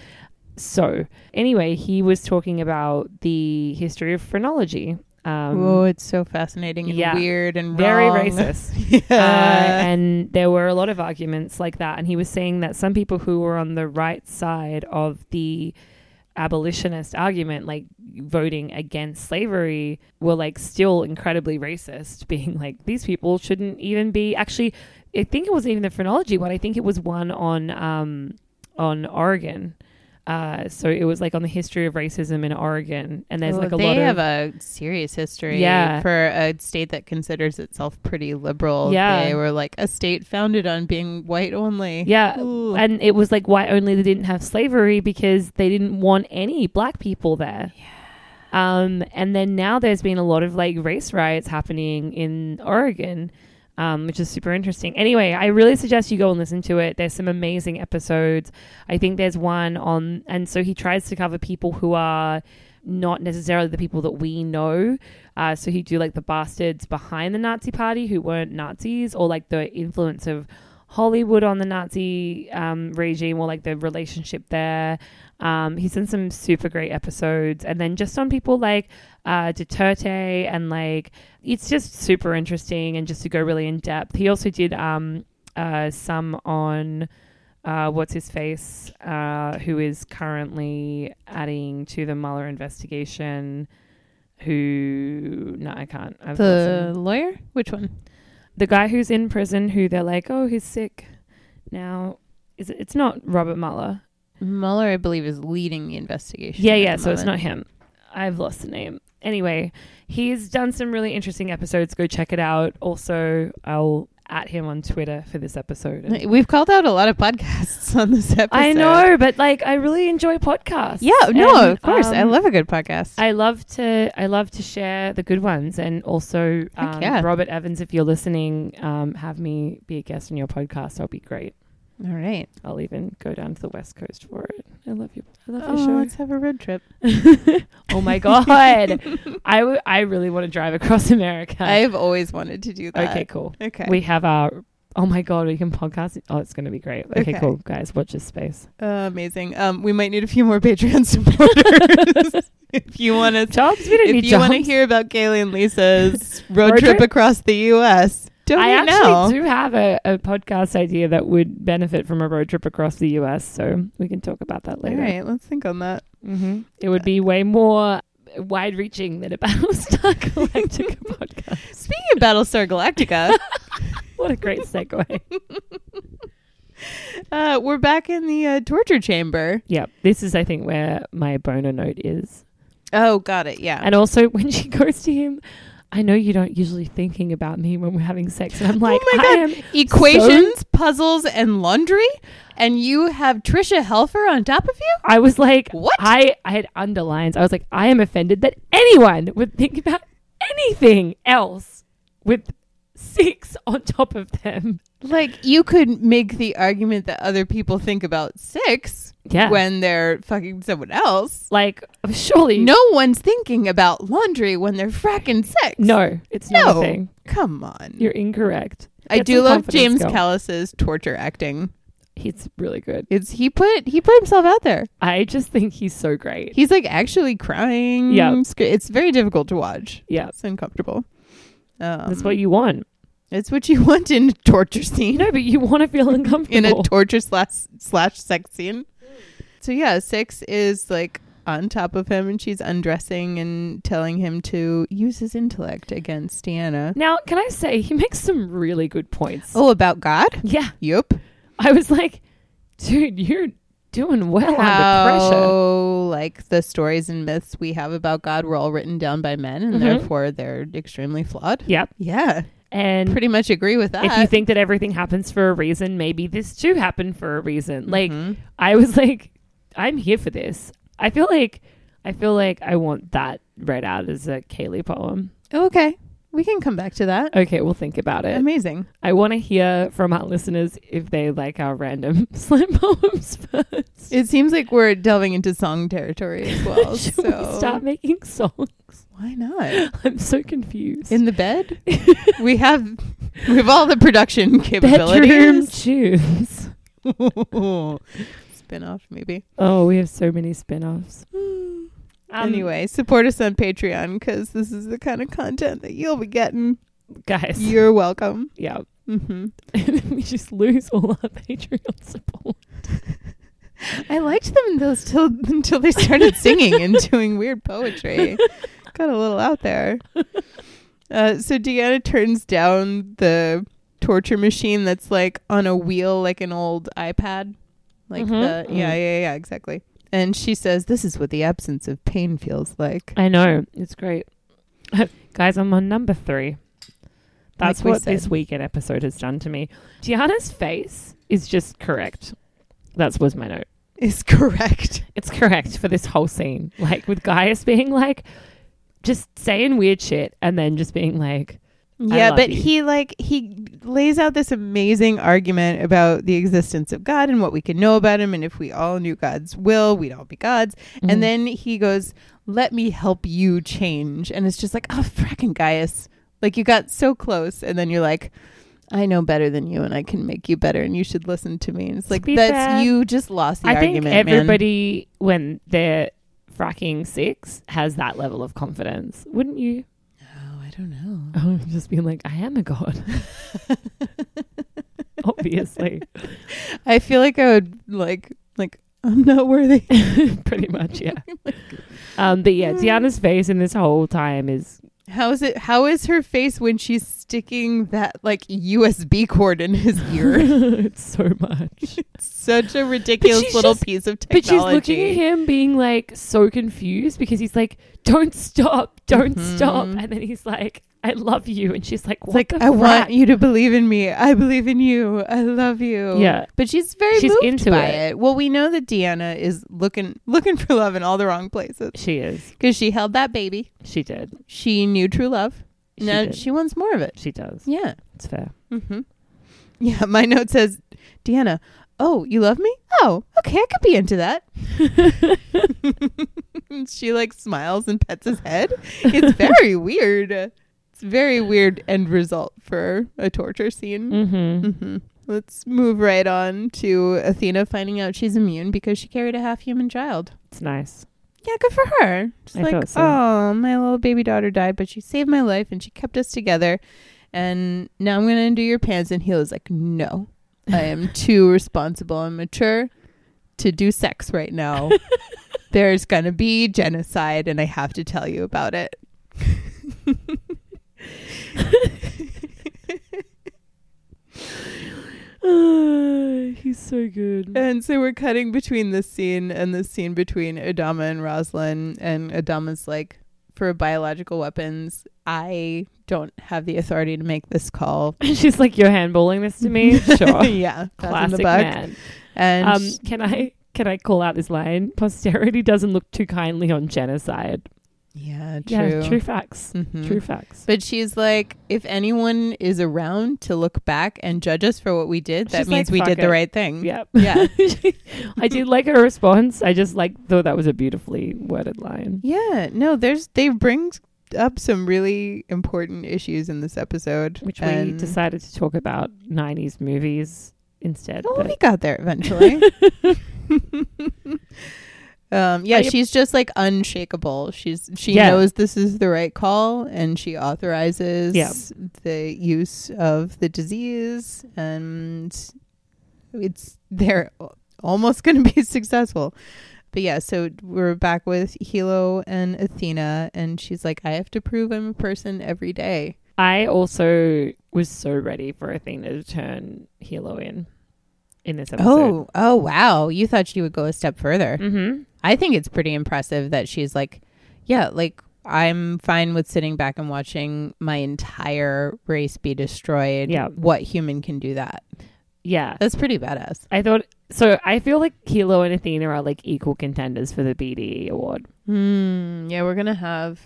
Speaker 2: So, anyway, he was talking about the history of phrenology. Um,
Speaker 1: oh, it's so fascinating and
Speaker 2: yeah.
Speaker 1: weird and
Speaker 2: very
Speaker 1: wrong.
Speaker 2: racist. Uh,
Speaker 1: yeah.
Speaker 2: and there were a lot of arguments like that. And he was saying that some people who were on the right side of the abolitionist argument, like voting against slavery, were like still incredibly racist, being like, these people shouldn't even be. Actually, I think it wasn't even the phrenology one. I think it was one on um, on Oregon. Uh, so it was like on the history of racism in Oregon, and there's
Speaker 1: Well,
Speaker 2: like a
Speaker 1: Oh, they
Speaker 2: lot
Speaker 1: have
Speaker 2: of
Speaker 1: a serious history
Speaker 2: Yeah.
Speaker 1: for a state that considers itself pretty liberal.
Speaker 2: Yeah.
Speaker 1: They were like a state founded on being white only.
Speaker 2: yeah,
Speaker 1: Ooh.
Speaker 2: and it was like why only they didn't have slavery because they didn't want any black people there. Um, and then now there's been a lot of like race riots happening in Oregon, um, which is super interesting. Anyway, I really suggest you go and listen to it. There's some amazing episodes. I think there's one on, and so he tries to cover people who are not necessarily the people that we know. Uh, so he do like the bastards behind the Nazi party who weren't Nazis, or like the influence of Hollywood on the Nazi um, regime, or like the relationship there. Um, he's done some super great episodes, and then just on people like uh, Duterte, and like it's just super interesting, and just to go really in depth. He also did um, uh, some on uh, what's his face, uh, who is currently adding to the Mueller investigation. Who? No, I can't. I've
Speaker 1: The lawyer? Which one?
Speaker 2: the guy who's in prison, who they're like, oh, he's sick. Now, is it, it's not Robert Mueller.
Speaker 1: Mueller, I believe, is leading the investigation.
Speaker 2: Yeah,
Speaker 1: at
Speaker 2: yeah.
Speaker 1: the
Speaker 2: So it's not
Speaker 1: moment.
Speaker 2: him. I've lost the name. Anyway, he's done some really interesting episodes. Go check it out. Also, I'll at him on Twitter for this episode. And-
Speaker 1: We've called out a lot of podcasts on this episode.
Speaker 2: I know, but like, I really enjoy podcasts.
Speaker 1: Yeah, no,
Speaker 2: And,
Speaker 1: of course. I
Speaker 2: um,
Speaker 1: love a good podcast.
Speaker 2: I love to I love to share the good ones and also
Speaker 1: Heck
Speaker 2: um,
Speaker 1: yeah.
Speaker 2: Robert Evans if you're listening um, have me be a guest on your podcast that'll be great
Speaker 1: All right.
Speaker 2: I'll even go down to the west coast for it. I love you. I love
Speaker 1: Oh,
Speaker 2: your
Speaker 1: let's have a road trip.
Speaker 2: show. oh my god, I w- I really want to drive across America.
Speaker 1: I've always wanted to do that.
Speaker 2: okay, cool.
Speaker 1: Okay.
Speaker 2: We have our. Oh my god, we can podcast. it. Oh, it's going to be great. Okay,
Speaker 1: Okay.
Speaker 2: cool, guys. Watch this space.
Speaker 1: Uh, amazing. Um, we might need a few more Patreon supporters. if you want to,
Speaker 2: Jobs. We don't
Speaker 1: if
Speaker 2: need
Speaker 1: you want to
Speaker 2: jobs.
Speaker 1: hear about Kaylee and Lisa's road,
Speaker 2: Road
Speaker 1: trip,
Speaker 2: trip?
Speaker 1: across the U.S., don't
Speaker 2: I
Speaker 1: you
Speaker 2: actually
Speaker 1: know?
Speaker 2: do have a, a podcast idea that would benefit from a road trip across the U.S. So we can talk about that
Speaker 1: All
Speaker 2: later.
Speaker 1: right, let's think on that.
Speaker 2: hmm It would be way more wide-reaching than a Battlestar Galactica podcast.
Speaker 1: Speaking of Battlestar Galactica,
Speaker 2: What a great segue.
Speaker 1: uh, we're back in the uh, torture chamber.
Speaker 2: Yeah, this is I think where my boner note is.
Speaker 1: Oh, got it. Yeah.
Speaker 2: And also when she goes to him, I know you don't usually thinking about me when we're having sex, and I'm like,
Speaker 1: Oh my
Speaker 2: I
Speaker 1: God.
Speaker 2: am.
Speaker 1: Equations, puzzles, and laundry, and you have Trisha Helfer on top of you.
Speaker 2: I was like,
Speaker 1: What?
Speaker 2: I I had underlines. I was like, I am offended that anyone would think about anything else with six on top of them.
Speaker 1: Like you could make the argument that other people think about sex
Speaker 2: Yeah,
Speaker 1: when they're fucking someone else.
Speaker 2: like surely
Speaker 1: No one's thinking about laundry when they're fracking sex.
Speaker 2: no, it's not a
Speaker 1: No.
Speaker 2: thing.
Speaker 1: Come on.
Speaker 2: You're incorrect.
Speaker 1: I
Speaker 2: Get
Speaker 1: do
Speaker 2: some
Speaker 1: love
Speaker 2: confidence
Speaker 1: James
Speaker 2: going.
Speaker 1: Callis's torture acting.
Speaker 2: He's really good.
Speaker 1: It's he put he put himself out there.
Speaker 2: I just think he's so great.
Speaker 1: He's like actually crying.
Speaker 2: Yeah.
Speaker 1: It's good- it's very difficult to watch.
Speaker 2: Yeah,
Speaker 1: It's uncomfortable. Um,
Speaker 2: that's what you want.
Speaker 1: it's what you want in a torture scene.
Speaker 2: No, but you want to feel uncomfortable.
Speaker 1: in a torture slash slash sex scene. So yeah, six is like on top of him, and she's undressing and telling him to use his intellect against Deanna.
Speaker 2: Now, can I say he makes some really good points?
Speaker 1: Oh, about God?
Speaker 2: yeah.
Speaker 1: Yup.
Speaker 2: I was like, dude, you're doing well under pressure.
Speaker 1: How like the stories and myths we have about God were all written down by men, and
Speaker 2: Mhm.
Speaker 1: therefore they're extremely flawed.
Speaker 2: Yep.
Speaker 1: Mm-hmm. Yeah,
Speaker 2: And
Speaker 1: pretty much agree with that.
Speaker 2: if you think that everything happens for a reason, maybe this too happened for a reason. Like,
Speaker 1: Mhm.
Speaker 2: I was like, I'm here for this. I feel like, I feel like I want that read out as a Kaylee poem.
Speaker 1: Oh, okay, we can come back to that.
Speaker 2: Okay, we'll think about it.
Speaker 1: Amazing.
Speaker 2: I want to hear from our listeners if they like our random slam poems first.
Speaker 1: It seems like we're delving into song territory as well.
Speaker 2: Should
Speaker 1: so
Speaker 2: we start making songs?
Speaker 1: Why not?
Speaker 2: I'm so confused.
Speaker 1: In the bed? we have we have all the production
Speaker 2: bedroom
Speaker 1: capabilities.
Speaker 2: tunes.
Speaker 1: Spin off maybe.
Speaker 2: Oh, we have so many spin-offs. Um,
Speaker 1: anyway, support us on Patreon because this is the kind of content that you'll be getting.
Speaker 2: guys.
Speaker 1: You're welcome.
Speaker 2: yeah.
Speaker 1: hmm
Speaker 2: we just lose all our Patreon support.
Speaker 1: I liked them until till, until they started singing and doing weird poetry. Got a little out there. Uh, so Deanna turns down the torture machine that's like on a wheel, like an old iPad. Like
Speaker 2: Mhm.
Speaker 1: the yeah, yeah, yeah, exactly. And she says, "This is what the absence of pain feels like."
Speaker 2: I know. It's great. Guys, I'm on number three. That's
Speaker 1: Like we
Speaker 2: what this
Speaker 1: said.
Speaker 2: weekend episode has done to me. Gianna's face is just correct. That was my note.
Speaker 1: Is correct.
Speaker 2: It's correct for this whole scene. Like with Gaius being like, just saying weird shit and then just being like,
Speaker 1: Yeah,
Speaker 2: love
Speaker 1: but
Speaker 2: you.
Speaker 1: he like he lays out this amazing argument about the existence of God and what we can know about him and if we all knew God's will, we'd all be gods.
Speaker 2: Mhm.
Speaker 1: And then he goes, "Let me help you change." And it's just like, "Oh, fracking Gaius. Like you got so close and then you're like, I know better than you and I can make you better and you should listen to me." And it's
Speaker 2: To
Speaker 1: like
Speaker 2: be
Speaker 1: that's
Speaker 2: fair,
Speaker 1: you just lost the
Speaker 2: I think
Speaker 1: argument, man.
Speaker 2: everybody, when they're fracking six, has that level of confidence. Wouldn't you?
Speaker 1: Oh, I don't know.
Speaker 2: Oh, just being like, I am a god. Obviously,
Speaker 1: I feel like I would like like I'm not worthy.
Speaker 2: pretty much, yeah. Um, but yeah, Tiana's face in this whole time is
Speaker 1: How is it? How is her face when she's sticking that like USB cord in his ear?
Speaker 2: it's so much.
Speaker 1: Such a ridiculous
Speaker 2: she's
Speaker 1: little
Speaker 2: just-
Speaker 1: piece of
Speaker 2: But
Speaker 1: technology.
Speaker 2: she's looking at him, being like so confused because he's like, "Don't stop, don't stop,"
Speaker 1: Mhm.
Speaker 2: and then he's like, "I love you," and she's Mm-hmm. like,
Speaker 1: It's
Speaker 2: "What
Speaker 1: like,
Speaker 2: the
Speaker 1: I want
Speaker 2: frack?"
Speaker 1: you to believe in me. I believe in you. I love you.
Speaker 2: Yeah.
Speaker 1: but she's very
Speaker 2: She's
Speaker 1: moved
Speaker 2: into
Speaker 1: by
Speaker 2: it.
Speaker 1: it. Well, we know that Deanna is looking looking for love in all the wrong places
Speaker 2: She is.
Speaker 1: because she held that baby.
Speaker 2: She did.
Speaker 1: She knew true love.
Speaker 2: She
Speaker 1: now
Speaker 2: did.
Speaker 1: she wants more of it.
Speaker 2: She does.
Speaker 1: Yeah.
Speaker 2: It's fair.
Speaker 1: Mm-hmm. Yeah. My note says, Deanna. Oh, you love me? Oh, okay. I could be into that. And she like smiles and pets his head. It's very weird. It's very weird end result for a torture scene.
Speaker 2: Mm-hmm.
Speaker 1: hmm Let's move right on to Athena finding out she's immune because she carried a half human child.
Speaker 2: It's nice.
Speaker 1: Yeah, good for her. Just
Speaker 2: I
Speaker 1: like,
Speaker 2: thought so.
Speaker 1: oh, my little baby daughter died, but she saved my life and she kept us together. And now I'm going to undo your pants. And he was like, no, I am too responsible and mature to do sex right now. There's going to be genocide, and I have to tell you about it.
Speaker 2: he's so good.
Speaker 1: And so we're cutting between this scene and this scene between Adama and Roslyn. And Adama's like, for biological weapons, I don't have the authority to make this call.
Speaker 2: She's like, "You're handballing this to me." sure.
Speaker 1: yeah. pass in the
Speaker 2: Classic
Speaker 1: buck.
Speaker 2: man.
Speaker 1: And
Speaker 2: Um,
Speaker 1: sh-
Speaker 2: can I can I call out this line? Posterity doesn't look too kindly on genocide.
Speaker 1: yeah, true.
Speaker 2: Yeah, true Mm-hmm. facts.
Speaker 1: Mhm.
Speaker 2: True facts.
Speaker 1: But she's like, if anyone is around to look back and judge us for what we did, that
Speaker 2: She's
Speaker 1: means
Speaker 2: like,
Speaker 1: we
Speaker 2: "Fuck
Speaker 1: did
Speaker 2: it."
Speaker 1: the right thing.
Speaker 2: Yep.
Speaker 1: Yeah.
Speaker 2: I did like her response. I just like thought that was a beautifully worded line.
Speaker 1: Yeah, no, there's they bring up some really important issues in this episode,
Speaker 2: Which we
Speaker 1: and-
Speaker 2: decided to talk about nineties movies instead.
Speaker 1: Oh,
Speaker 2: but-
Speaker 1: we got there eventually. um, yeah,
Speaker 2: I-
Speaker 1: she's just like unshakable. She's she
Speaker 2: Yeah.
Speaker 1: knows this is the right call, and she authorizes
Speaker 2: Yeah.
Speaker 1: the use of the disease, and it's they're al- almost going to be successful. But yeah, so we're back with Hilo and Athena, and she's like, "I have to prove I'm a person every day."
Speaker 2: I also was so ready for Athena to turn Hilo in in this episode.
Speaker 1: Oh, oh wow! You thought she would go a step further.
Speaker 2: Mm-hmm.
Speaker 1: I think it's pretty impressive that she's like, yeah, like I'm fine with sitting back and watching my entire race be destroyed.
Speaker 2: Yeah.
Speaker 1: What human can do that?
Speaker 2: Yeah.
Speaker 1: That's pretty badass.
Speaker 2: I thought so I feel like Hilo and Athena are like equal contenders for the BDE award.
Speaker 1: Mm, yeah, we're going to have,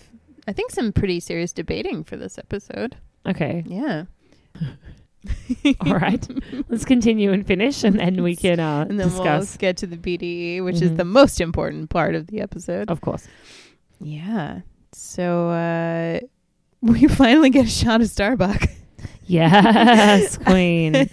Speaker 1: I think, some pretty serious debating for this episode.
Speaker 2: Okay.
Speaker 1: Yeah.
Speaker 2: All right. Let's continue and finish and then we can uh,
Speaker 1: And then
Speaker 2: discuss.
Speaker 1: we'll get to the BDE, which
Speaker 2: Mhm.
Speaker 1: is the most important part of the episode.
Speaker 2: Of course.
Speaker 1: Yeah. So uh, we finally get a shot of Starbuck
Speaker 2: Yes, Queen.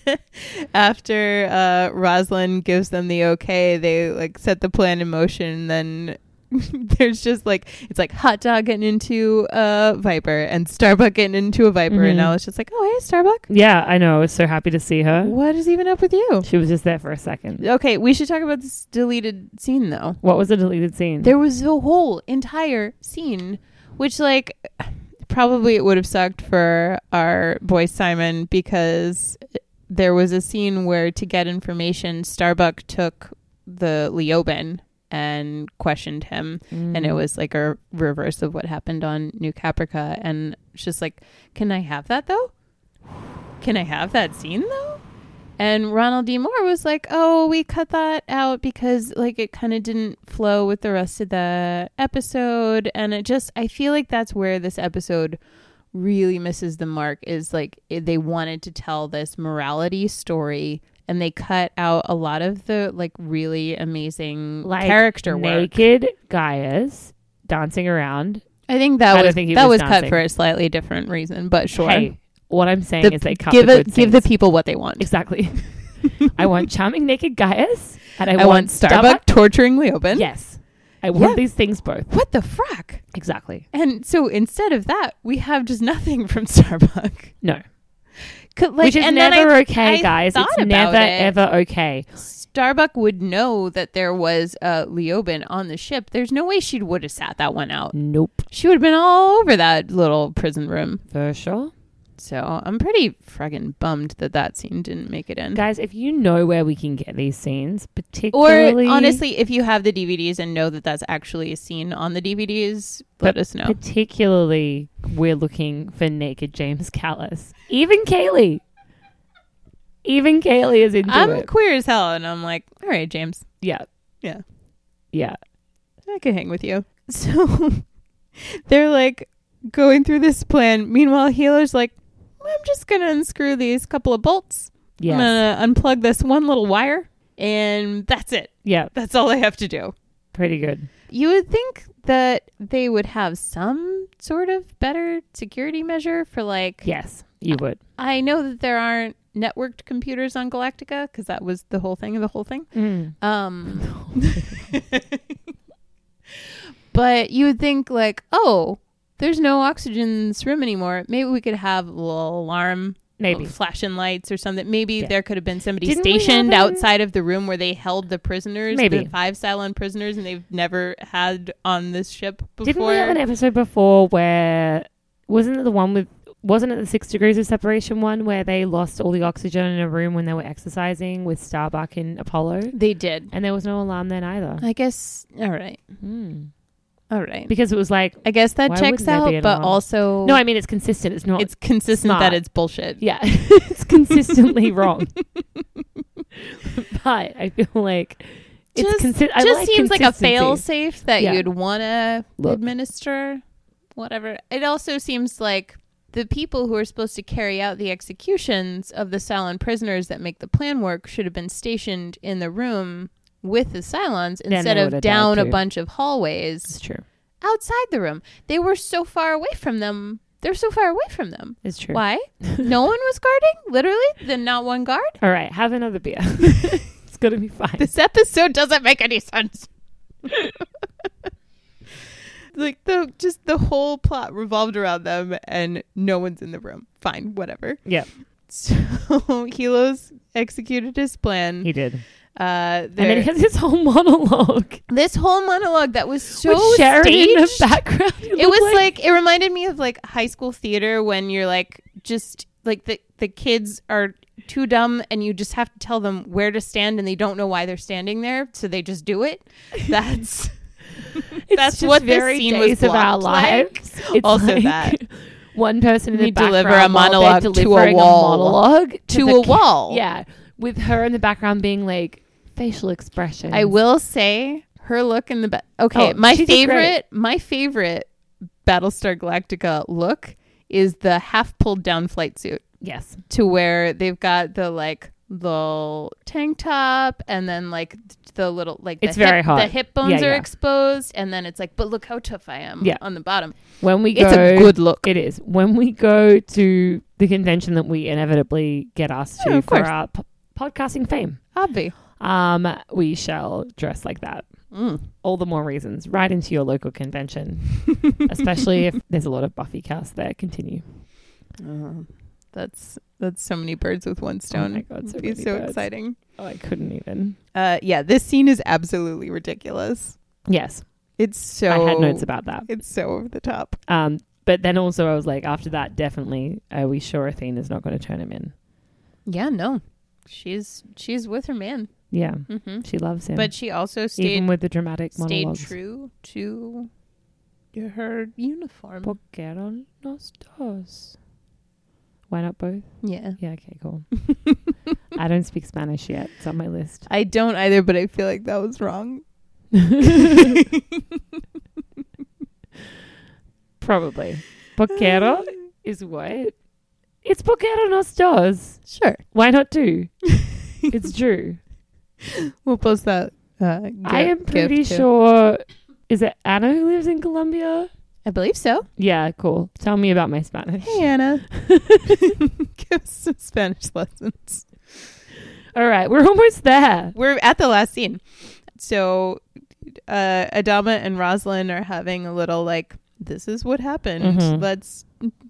Speaker 1: after uh, Rosalind gives them the okay. They like set the plan in motion. Then there's just like it's like hot dog getting into a Viper and Starbuck getting into a Viper,
Speaker 2: Mhm.
Speaker 1: and I was just like, oh hey Starbuck,
Speaker 2: yeah, I know. I was so happy to see her.
Speaker 1: what is even up with you?
Speaker 2: She was just there for a second.
Speaker 1: Okay, we should talk about this deleted scene though.
Speaker 2: What was the deleted scene?
Speaker 1: There was a whole entire scene, which like probably it would have sucked for our boy Simon because there was a scene where to get information, Starbuck took the Leoben and questioned him and
Speaker 2: Mm.
Speaker 1: it was like a reverse of what happened on New Caprica and it's just like can I have that though? Can I have that scene though? And Ronald D. Moore was like, "Oh, we cut that out because like it kind of didn't flow with the rest of the episode and it just I feel like that's where this episode really misses the mark is like it, they wanted to tell this morality story and they cut out a lot of the like really amazing
Speaker 2: like
Speaker 1: character work.
Speaker 2: naked Gaius dancing around.
Speaker 1: I think
Speaker 2: I
Speaker 1: that
Speaker 2: don't
Speaker 1: was
Speaker 2: think he
Speaker 1: that
Speaker 2: was
Speaker 1: was
Speaker 2: dancing.
Speaker 1: cut for a slightly different reason, but sure.
Speaker 2: Hey, what I'm saying
Speaker 1: The-
Speaker 2: is they cut
Speaker 1: give
Speaker 2: the
Speaker 1: it-
Speaker 2: good
Speaker 1: give the
Speaker 2: things.
Speaker 1: people what they want.
Speaker 2: exactly. I want charming naked Gaius, and I,
Speaker 1: I, want Starbuck torturing Leoben.
Speaker 2: Yes, I want
Speaker 1: Yeah.
Speaker 2: these things both.
Speaker 1: What the frack?
Speaker 2: Exactly.
Speaker 1: And so instead of that, we have just nothing from Starbuck.
Speaker 2: No,
Speaker 1: Could-
Speaker 2: which is
Speaker 1: and then
Speaker 2: never
Speaker 1: I-
Speaker 2: okay,
Speaker 1: I
Speaker 2: guys.
Speaker 1: thought
Speaker 2: It's
Speaker 1: about
Speaker 2: never
Speaker 1: it.
Speaker 2: ever okay.
Speaker 1: Starbuck would know that there was uh, Leoben on the ship. There's no way she would have sat that one
Speaker 2: Mm.
Speaker 1: out.
Speaker 2: Nope,
Speaker 1: She would have been all over that little prison room.
Speaker 2: for sure,
Speaker 1: So I'm pretty friggin' bummed that that scene didn't make it in.
Speaker 2: guys. If you know where we can get these scenes,
Speaker 1: Or
Speaker 2: particularly
Speaker 1: honestly, if you have the DVDs and know that that's actually a scene on the DVDs, let us know.
Speaker 2: particularly we're looking for naked James Callis. Even Kaylee. Even Kaylee is into
Speaker 1: I'm
Speaker 2: it.
Speaker 1: queer as hell, and I'm like, all right, James,
Speaker 2: Yeah.
Speaker 1: Yeah.
Speaker 2: Yeah.
Speaker 1: I could hang with you. So they're like going through this plan. Meanwhile, Healer's like, I'm just gonna unscrew these couple of bolts. I'm
Speaker 2: Yes.
Speaker 1: gonna unplug this one little wire, and that's it.
Speaker 2: Yeah.
Speaker 1: That's all I have to do.
Speaker 2: Pretty good.
Speaker 1: You would think that they would have some sort of better security measure for like
Speaker 2: Yes, you would.
Speaker 1: I know that there aren't networked computers on Galactica because that was the whole thing of the whole thing. Um, but you would think like, oh, there's no oxygen in this room anymore. Maybe we could have a little alarm,
Speaker 2: Maybe.
Speaker 1: flashing lights or something. Maybe
Speaker 2: Yeah.
Speaker 1: there could have been somebody
Speaker 2: Didn't we have
Speaker 1: stationed
Speaker 2: an-
Speaker 1: outside of the room where they held the prisoners,
Speaker 2: Maybe.
Speaker 1: the five Cylon prisoners, and they've never had on this ship before.
Speaker 2: Didn't we have an episode before where wasn't it the one with wasn't it the six degrees of separation one where they lost all the oxygen in a room when they were exercising with Starbuck and Apollo?
Speaker 1: they did.
Speaker 2: And there was no alarm then either.
Speaker 1: I guess. All right. Mm.
Speaker 2: Hmm.
Speaker 1: All right.
Speaker 2: Because it was like
Speaker 1: I guess that
Speaker 2: Why
Speaker 1: checks
Speaker 2: wouldn't there
Speaker 1: out,
Speaker 2: be an
Speaker 1: but
Speaker 2: alarm?
Speaker 1: also
Speaker 2: no, I mean it's consistent. It's not
Speaker 1: it's consistent
Speaker 2: smart.
Speaker 1: that it's bullshit.
Speaker 2: Yeah, it's consistently wrong. but I feel like it's
Speaker 1: Just-
Speaker 2: consi- I
Speaker 1: just
Speaker 2: like
Speaker 1: seems like a
Speaker 2: consistency.
Speaker 1: fail safe that
Speaker 2: Yeah.
Speaker 1: you'd want to
Speaker 2: Look.
Speaker 1: administer whatever. It also seems like the people who are supposed to carry out the executions of the Cylon prisoners that make the plan work should have been stationed in the room with the Cylons
Speaker 2: they
Speaker 1: instead
Speaker 2: would
Speaker 1: of
Speaker 2: have died
Speaker 1: down a
Speaker 2: too.
Speaker 1: bunch of hallways
Speaker 2: It's true.
Speaker 1: outside the room. They were so far away from them. They're so far away from them.
Speaker 2: It's true.
Speaker 1: Why? no one was guarding? Literally? Then not one guard?
Speaker 2: All right, have another beer. it's gonna be fine.
Speaker 1: This episode doesn't make any sense. like the just the whole plot revolved around them and no one's in the room. Fine, whatever.
Speaker 2: yeah,
Speaker 1: So Helos executed his plan.
Speaker 2: he did,
Speaker 1: Uh
Speaker 2: and then
Speaker 1: there-
Speaker 2: he has his whole monologue
Speaker 1: this whole monologue that was so
Speaker 2: with Sharon in the
Speaker 1: staged.
Speaker 2: background.
Speaker 1: It was like, it reminded me of like high school theater when you're like just like the the kids are too dumb and you just have to tell them where to stand and they don't know why they're standing there so they just do it. That's
Speaker 2: it's
Speaker 1: that's
Speaker 2: just
Speaker 1: what this
Speaker 2: very
Speaker 1: scene was
Speaker 2: days of our
Speaker 1: blocked like.
Speaker 2: lives. It's
Speaker 1: Also
Speaker 2: like
Speaker 1: that.
Speaker 2: one person in the
Speaker 1: We deliver a
Speaker 2: background while they're
Speaker 1: monologue to a
Speaker 2: delivering
Speaker 1: wall.
Speaker 2: monologue
Speaker 1: to
Speaker 2: the
Speaker 1: a
Speaker 2: ca-
Speaker 1: wall.
Speaker 2: Yeah, with her in the background being like facial expression.
Speaker 1: I will say her look in the ba- okay.
Speaker 2: Oh,
Speaker 1: my
Speaker 2: she did great.
Speaker 1: favorite, my favorite Battlestar Galactica look is the half pulled down flight suit
Speaker 2: Yes.
Speaker 1: to where they've got the like the tank top and then like left the little like the
Speaker 2: It's
Speaker 1: hip,
Speaker 2: very hot.
Speaker 1: The hip bones
Speaker 2: Yeah,
Speaker 1: are
Speaker 2: yeah.
Speaker 1: exposed, and then it's like, but look how tough I am
Speaker 2: Yeah.
Speaker 1: on the bottom.
Speaker 2: When we go,
Speaker 1: It's a good look.
Speaker 2: It is. When we go to the convention that we inevitably get asked
Speaker 1: Yeah,
Speaker 2: to
Speaker 1: of
Speaker 2: for
Speaker 1: course.
Speaker 2: our po- podcasting fame,
Speaker 1: Obvi.
Speaker 2: um, we shall dress like that.
Speaker 1: Mm.
Speaker 2: All the more reasons. Right into your local convention, especially if there's a lot of Buffy cast there. Continue.
Speaker 1: Uh, that's that's so many birds with one stone.
Speaker 2: Oh my God, so
Speaker 1: It'd be
Speaker 2: many
Speaker 1: so
Speaker 2: birds.
Speaker 1: exciting.
Speaker 2: Oh, I couldn't even.
Speaker 1: Uh, yeah, this scene is absolutely ridiculous.
Speaker 2: Yes,
Speaker 1: It's so
Speaker 2: I had notes about that.
Speaker 1: it's so over the top.
Speaker 2: Um, but then also, I was like, after that, definitely, are we sure Athena's not going to turn him in?
Speaker 1: Yeah, no, she's she's with her man,
Speaker 2: Yeah,
Speaker 1: mm-hmm.
Speaker 2: she loves him.
Speaker 1: but she also
Speaker 2: even
Speaker 1: stayed
Speaker 2: with the dramatic
Speaker 1: stayed
Speaker 2: monologues.
Speaker 1: true to her uniform.
Speaker 2: Porque los dos. Why not both?
Speaker 1: yeah,
Speaker 2: Yeah, okay, cool. I don't speak Spanish yet. It's on my list.
Speaker 1: I don't either, but I feel like that was wrong.
Speaker 2: Probably. Poquero is what? It's poquero nos dos.
Speaker 1: Sure,
Speaker 2: Why not two? It's Drew.
Speaker 1: we'll post that. Uh, gi-
Speaker 2: I am
Speaker 1: gift
Speaker 2: pretty
Speaker 1: too.
Speaker 2: sure. Is it Anna who lives in Colombia?
Speaker 1: I believe so.
Speaker 2: Yeah, cool. Tell me about my Spanish.
Speaker 1: Hey, Anna, give us some Spanish lessons.
Speaker 2: All right, we're almost there.
Speaker 1: we're at the last scene. So uh Adama and Rosalind are having a little like this is what happened.
Speaker 2: Mhm.
Speaker 1: Let's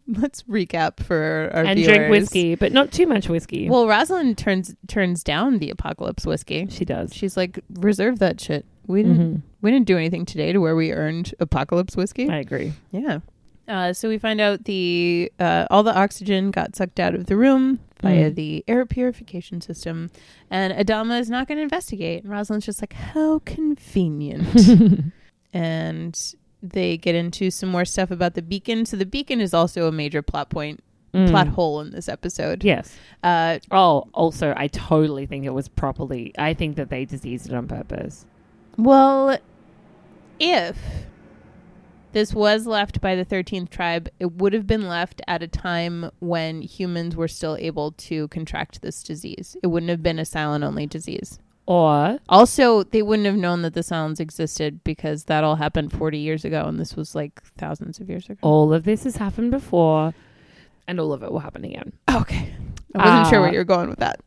Speaker 1: let's recap for our
Speaker 2: and
Speaker 1: viewers.
Speaker 2: drink whiskey, but not too much whiskey.
Speaker 1: Well, Rosalind turns turns down the apocalypse whiskey.
Speaker 2: she does.
Speaker 1: She's like, reserve that shit. We didn't
Speaker 2: Mhm.
Speaker 1: we didn't do anything today to where we earned apocalypse whiskey.
Speaker 2: I agree.
Speaker 1: Yeah. Uh, so we find out the uh, all the oxygen got sucked out of the room via
Speaker 2: Mm.
Speaker 1: the air purification system, and Adama is not going to investigate. And Rosalind's just like, "How convenient." and they get into some more stuff about the beacon. So the beacon is also a major plot point,
Speaker 2: Mm.
Speaker 1: plot hole in this episode.
Speaker 2: Yes.
Speaker 1: Uh,
Speaker 2: Oh, also, I totally think it was properly. I think that they diseased it on purpose.
Speaker 1: well, if this was left by the 13th tribe, it would have been left at a time when humans were still able to contract this disease. It wouldn't have been a silent only disease.
Speaker 2: Or
Speaker 1: Also, they wouldn't have known that the silence existed because that all happened 40 years ago, and this was like thousands of years ago.
Speaker 2: all of this has happened before, and all of it will happen again.
Speaker 1: Oh, Okay. I wasn't sure where
Speaker 2: Uh,
Speaker 1: you were going with that.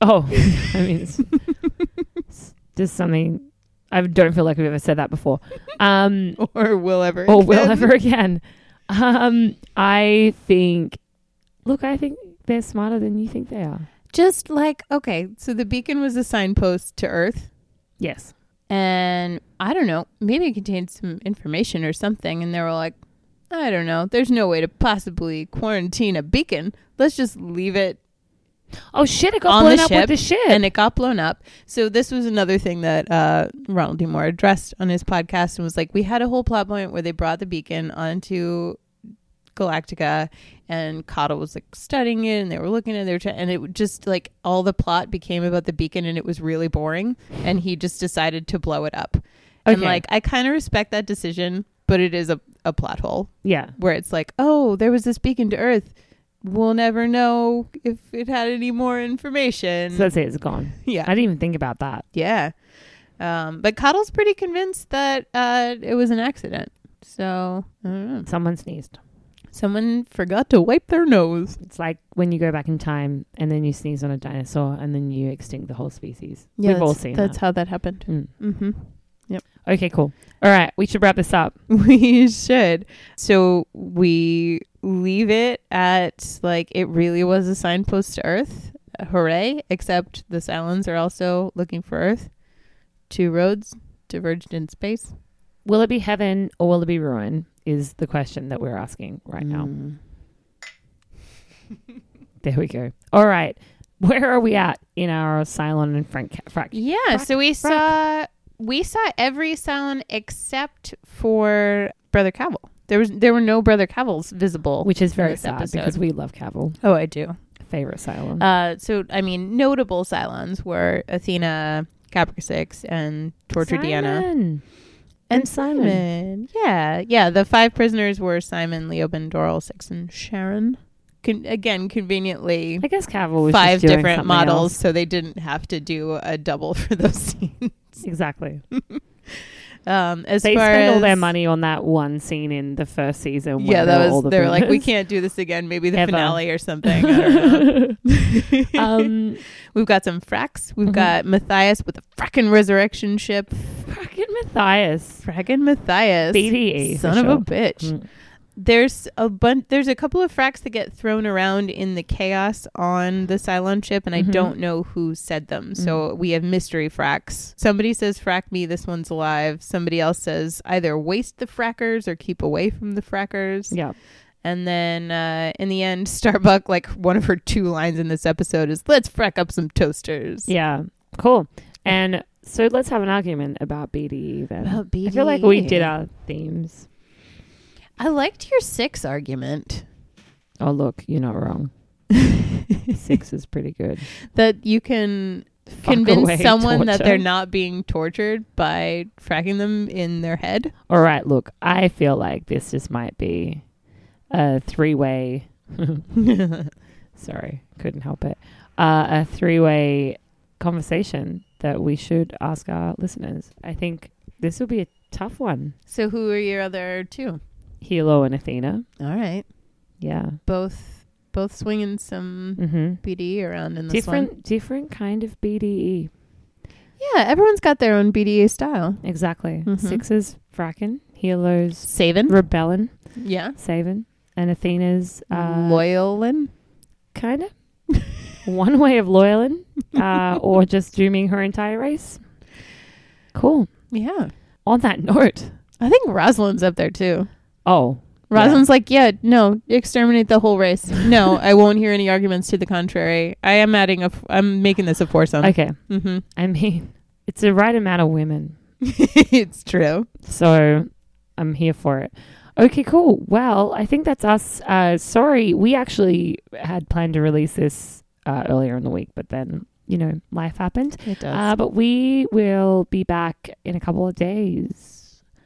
Speaker 2: Oh, I mean, it's, it's just something I don't feel like we've ever said that before. Um,
Speaker 1: Or Oh, will ever.
Speaker 2: or will
Speaker 1: again.
Speaker 2: ever again. Um, I think. Look, I think they're smarter than you think they are.
Speaker 1: Just like, okay, so the beacon was a signpost to Earth,
Speaker 2: Yes.
Speaker 1: and I don't know, maybe it contained some information or something, and they were like, I don't know, there's no way to possibly quarantine a beacon. Let's just leave it.
Speaker 2: Oh shit! It
Speaker 1: On
Speaker 2: got
Speaker 1: the
Speaker 2: blown up
Speaker 1: ship,
Speaker 2: with the ship.
Speaker 1: And it got blown up. So, this was another thing that uh, Ronald D. Moore addressed on his podcast and was like, We had a whole plot point where they brought the beacon onto Galactica, and Coddle was like studying it, and they were looking at their trying, and it would just like all the plot became about the beacon, and it was really boring, and he just decided to blow it up. And
Speaker 2: Okay.
Speaker 1: like, I kind of respect that decision, but it is a, a plot hole
Speaker 2: yeah.
Speaker 1: where it's like, oh, there was this beacon to Earth. We'll never know if it had any more information.
Speaker 2: So that's it. It's gone.
Speaker 1: yeah,
Speaker 2: I didn't even think about that.
Speaker 1: yeah. Um, but Coddle's pretty convinced that uh, it was an accident. So I don't know.
Speaker 2: Someone sneezed.
Speaker 1: Someone forgot to wipe their nose.
Speaker 2: It's like when you go back in time and then you sneeze on a dinosaur and then you extinct the whole species. We've all
Speaker 1: that's-
Speaker 2: seen
Speaker 1: that's
Speaker 2: that.
Speaker 1: how that happened.
Speaker 2: Mm.
Speaker 1: Mm-hmm.
Speaker 2: Okay, cool. All right, we should wrap this up.
Speaker 1: We should. So we leave it at like it really was a signpost to Earth. Hooray! Except the Cylons are also looking for Earth. Two roads diverged in space.
Speaker 2: Will it be heaven or will it be ruin? Is the question that we're asking right now.
Speaker 1: Mm.
Speaker 2: There we go. All right, where are we at in our Cylon and Frank Frank?
Speaker 1: Yeah.
Speaker 2: Frack,
Speaker 1: so we saw we saw every Cylon except for Brother Cavill. There was there were no Brother Cavills visible.
Speaker 2: Which is very
Speaker 1: this
Speaker 2: sad
Speaker 1: episode.
Speaker 2: because we love Cavill,
Speaker 1: oh, I do.
Speaker 2: favorite Cylon.
Speaker 1: Uh, so I mean, notable Cylons were Athena, Caprica Six, and Torture Deanna,
Speaker 2: Simon.
Speaker 1: and
Speaker 2: And Simon.
Speaker 1: Simon. Yeah, yeah. The five prisoners were Simon, Leoben, Doral, Six, and Sharon. con- again conveniently
Speaker 2: I guess Cavill was
Speaker 1: five
Speaker 2: just doing
Speaker 1: different
Speaker 2: something
Speaker 1: models,
Speaker 2: else.
Speaker 1: so they didn't have to do a double for those scenes.
Speaker 2: Exactly.
Speaker 1: Um, as
Speaker 2: They
Speaker 1: far
Speaker 2: spent all their
Speaker 1: as-
Speaker 2: money on that one scene in the first season. where
Speaker 1: Yeah,
Speaker 2: they were
Speaker 1: that
Speaker 2: all
Speaker 1: was.
Speaker 2: the
Speaker 1: They were like, we
Speaker 2: boomers.
Speaker 1: can't do this again. Maybe the
Speaker 2: Ever.
Speaker 1: finale or something. I don't know.
Speaker 2: um,
Speaker 1: We've got some fracks. We've
Speaker 2: Mhm.
Speaker 1: got Matthias with a frackin' resurrection ship.
Speaker 2: fucking Matthias.
Speaker 1: Frackin' Matthias.
Speaker 2: BDE. for
Speaker 1: Son of
Speaker 2: sure.
Speaker 1: a bitch.
Speaker 2: Mm.
Speaker 1: There's a bunch. There's a couple of fracks that get thrown around in the chaos on the Cylon ship, and I
Speaker 2: Mhm.
Speaker 1: don't know who said them.
Speaker 2: Mm.
Speaker 1: So we have mystery fracks. Somebody says "frack me," this one's alive. Somebody else says either waste the frackers or keep away from the frackers.
Speaker 2: Yeah.
Speaker 1: And then uh, in the end, Starbuck, like one of her two lines in this episode is "Let's frack up some toasters."
Speaker 2: Yeah. Cool. And so let's have an argument about BDE then.
Speaker 1: About
Speaker 2: I feel like we
Speaker 1: BDE.
Speaker 2: did our themes.
Speaker 1: I liked your six argument
Speaker 2: Oh, look, you're not wrong. Six is pretty good.
Speaker 1: that you can
Speaker 2: Fuck away
Speaker 1: convince someone that
Speaker 2: torture.
Speaker 1: they're not being tortured by fracking them in their head.
Speaker 2: All right, look, I feel like this just might be a three way. Sorry, couldn't help it. Uh, a three way conversation that we should ask our listeners. I think this will be a tough one.
Speaker 1: So who are your other two?
Speaker 2: Hilo and Athena.
Speaker 1: All right,
Speaker 2: Yeah.
Speaker 1: both both swinging some
Speaker 2: Mm-hmm.
Speaker 1: BDE around in this
Speaker 2: Different, different kind of E. BDE.
Speaker 1: one. Yeah, everyone's got their own BDE style.
Speaker 2: Exactly.
Speaker 1: Mhm.
Speaker 2: Sixes, fracking. Hilo's
Speaker 1: Savin,
Speaker 2: rebelling,
Speaker 1: yeah,
Speaker 2: saving. And Athena's uh,
Speaker 1: loyalin.
Speaker 2: kind of one way of loyaling uh, or just dooming her entire race. Cool.
Speaker 1: Yeah,
Speaker 2: On that note,
Speaker 1: I think Rosalind's up there too.
Speaker 2: oh,
Speaker 1: Rosalind's like, yeah, no, exterminate the whole race. No, I won't hear any arguments to the contrary. I am adding a, f- I'm making this a foursome.
Speaker 2: okay.
Speaker 1: hmm
Speaker 2: I mean, it's the right amount of women,
Speaker 1: it's true.
Speaker 2: so I'm here for it. Okay, cool. Well, I think that's us. Uh, sorry, we actually had planned to release this uh, earlier in the week, but then you know life happened.
Speaker 1: It does.
Speaker 2: Uh, but we will be back in a couple of days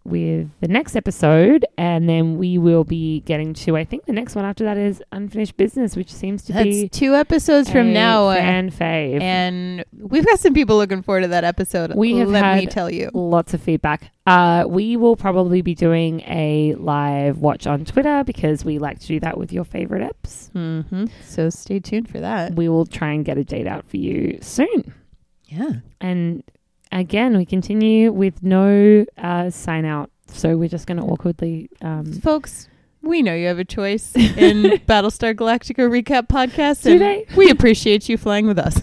Speaker 2: with the next episode, and then we will be getting to. I think the next one after that is unfinished business, which seems to
Speaker 1: That's
Speaker 2: be
Speaker 1: two episodes from
Speaker 2: a
Speaker 1: now, uh,
Speaker 2: fan fave.
Speaker 1: and we've got some people looking forward to that episode.
Speaker 2: We have
Speaker 1: let me
Speaker 2: had-
Speaker 1: tell you.
Speaker 2: Lots of feedback. Uh, we will probably be doing a live watch on Twitter because we like to do that with your favorite apps.
Speaker 1: Mm-hmm. So stay tuned for that.
Speaker 2: We will try and get a date out for you soon.
Speaker 1: Yeah,
Speaker 2: And again, we continue with no uh, sign out. So we're just going to awkwardly.
Speaker 1: Mm.
Speaker 2: Um,
Speaker 1: folks, we know you have a choice in Battlestar Galactica recap podcast,
Speaker 2: Do
Speaker 1: and
Speaker 2: they?
Speaker 1: we appreciate you flying with us.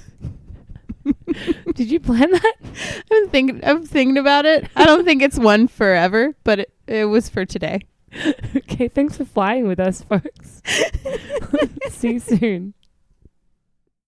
Speaker 2: did you plan that?
Speaker 1: I've been thinking. I'm thinking about it. I don't think it's one forever, but it, it was for today.
Speaker 2: okay, thanks for flying with us, folks. See you soon.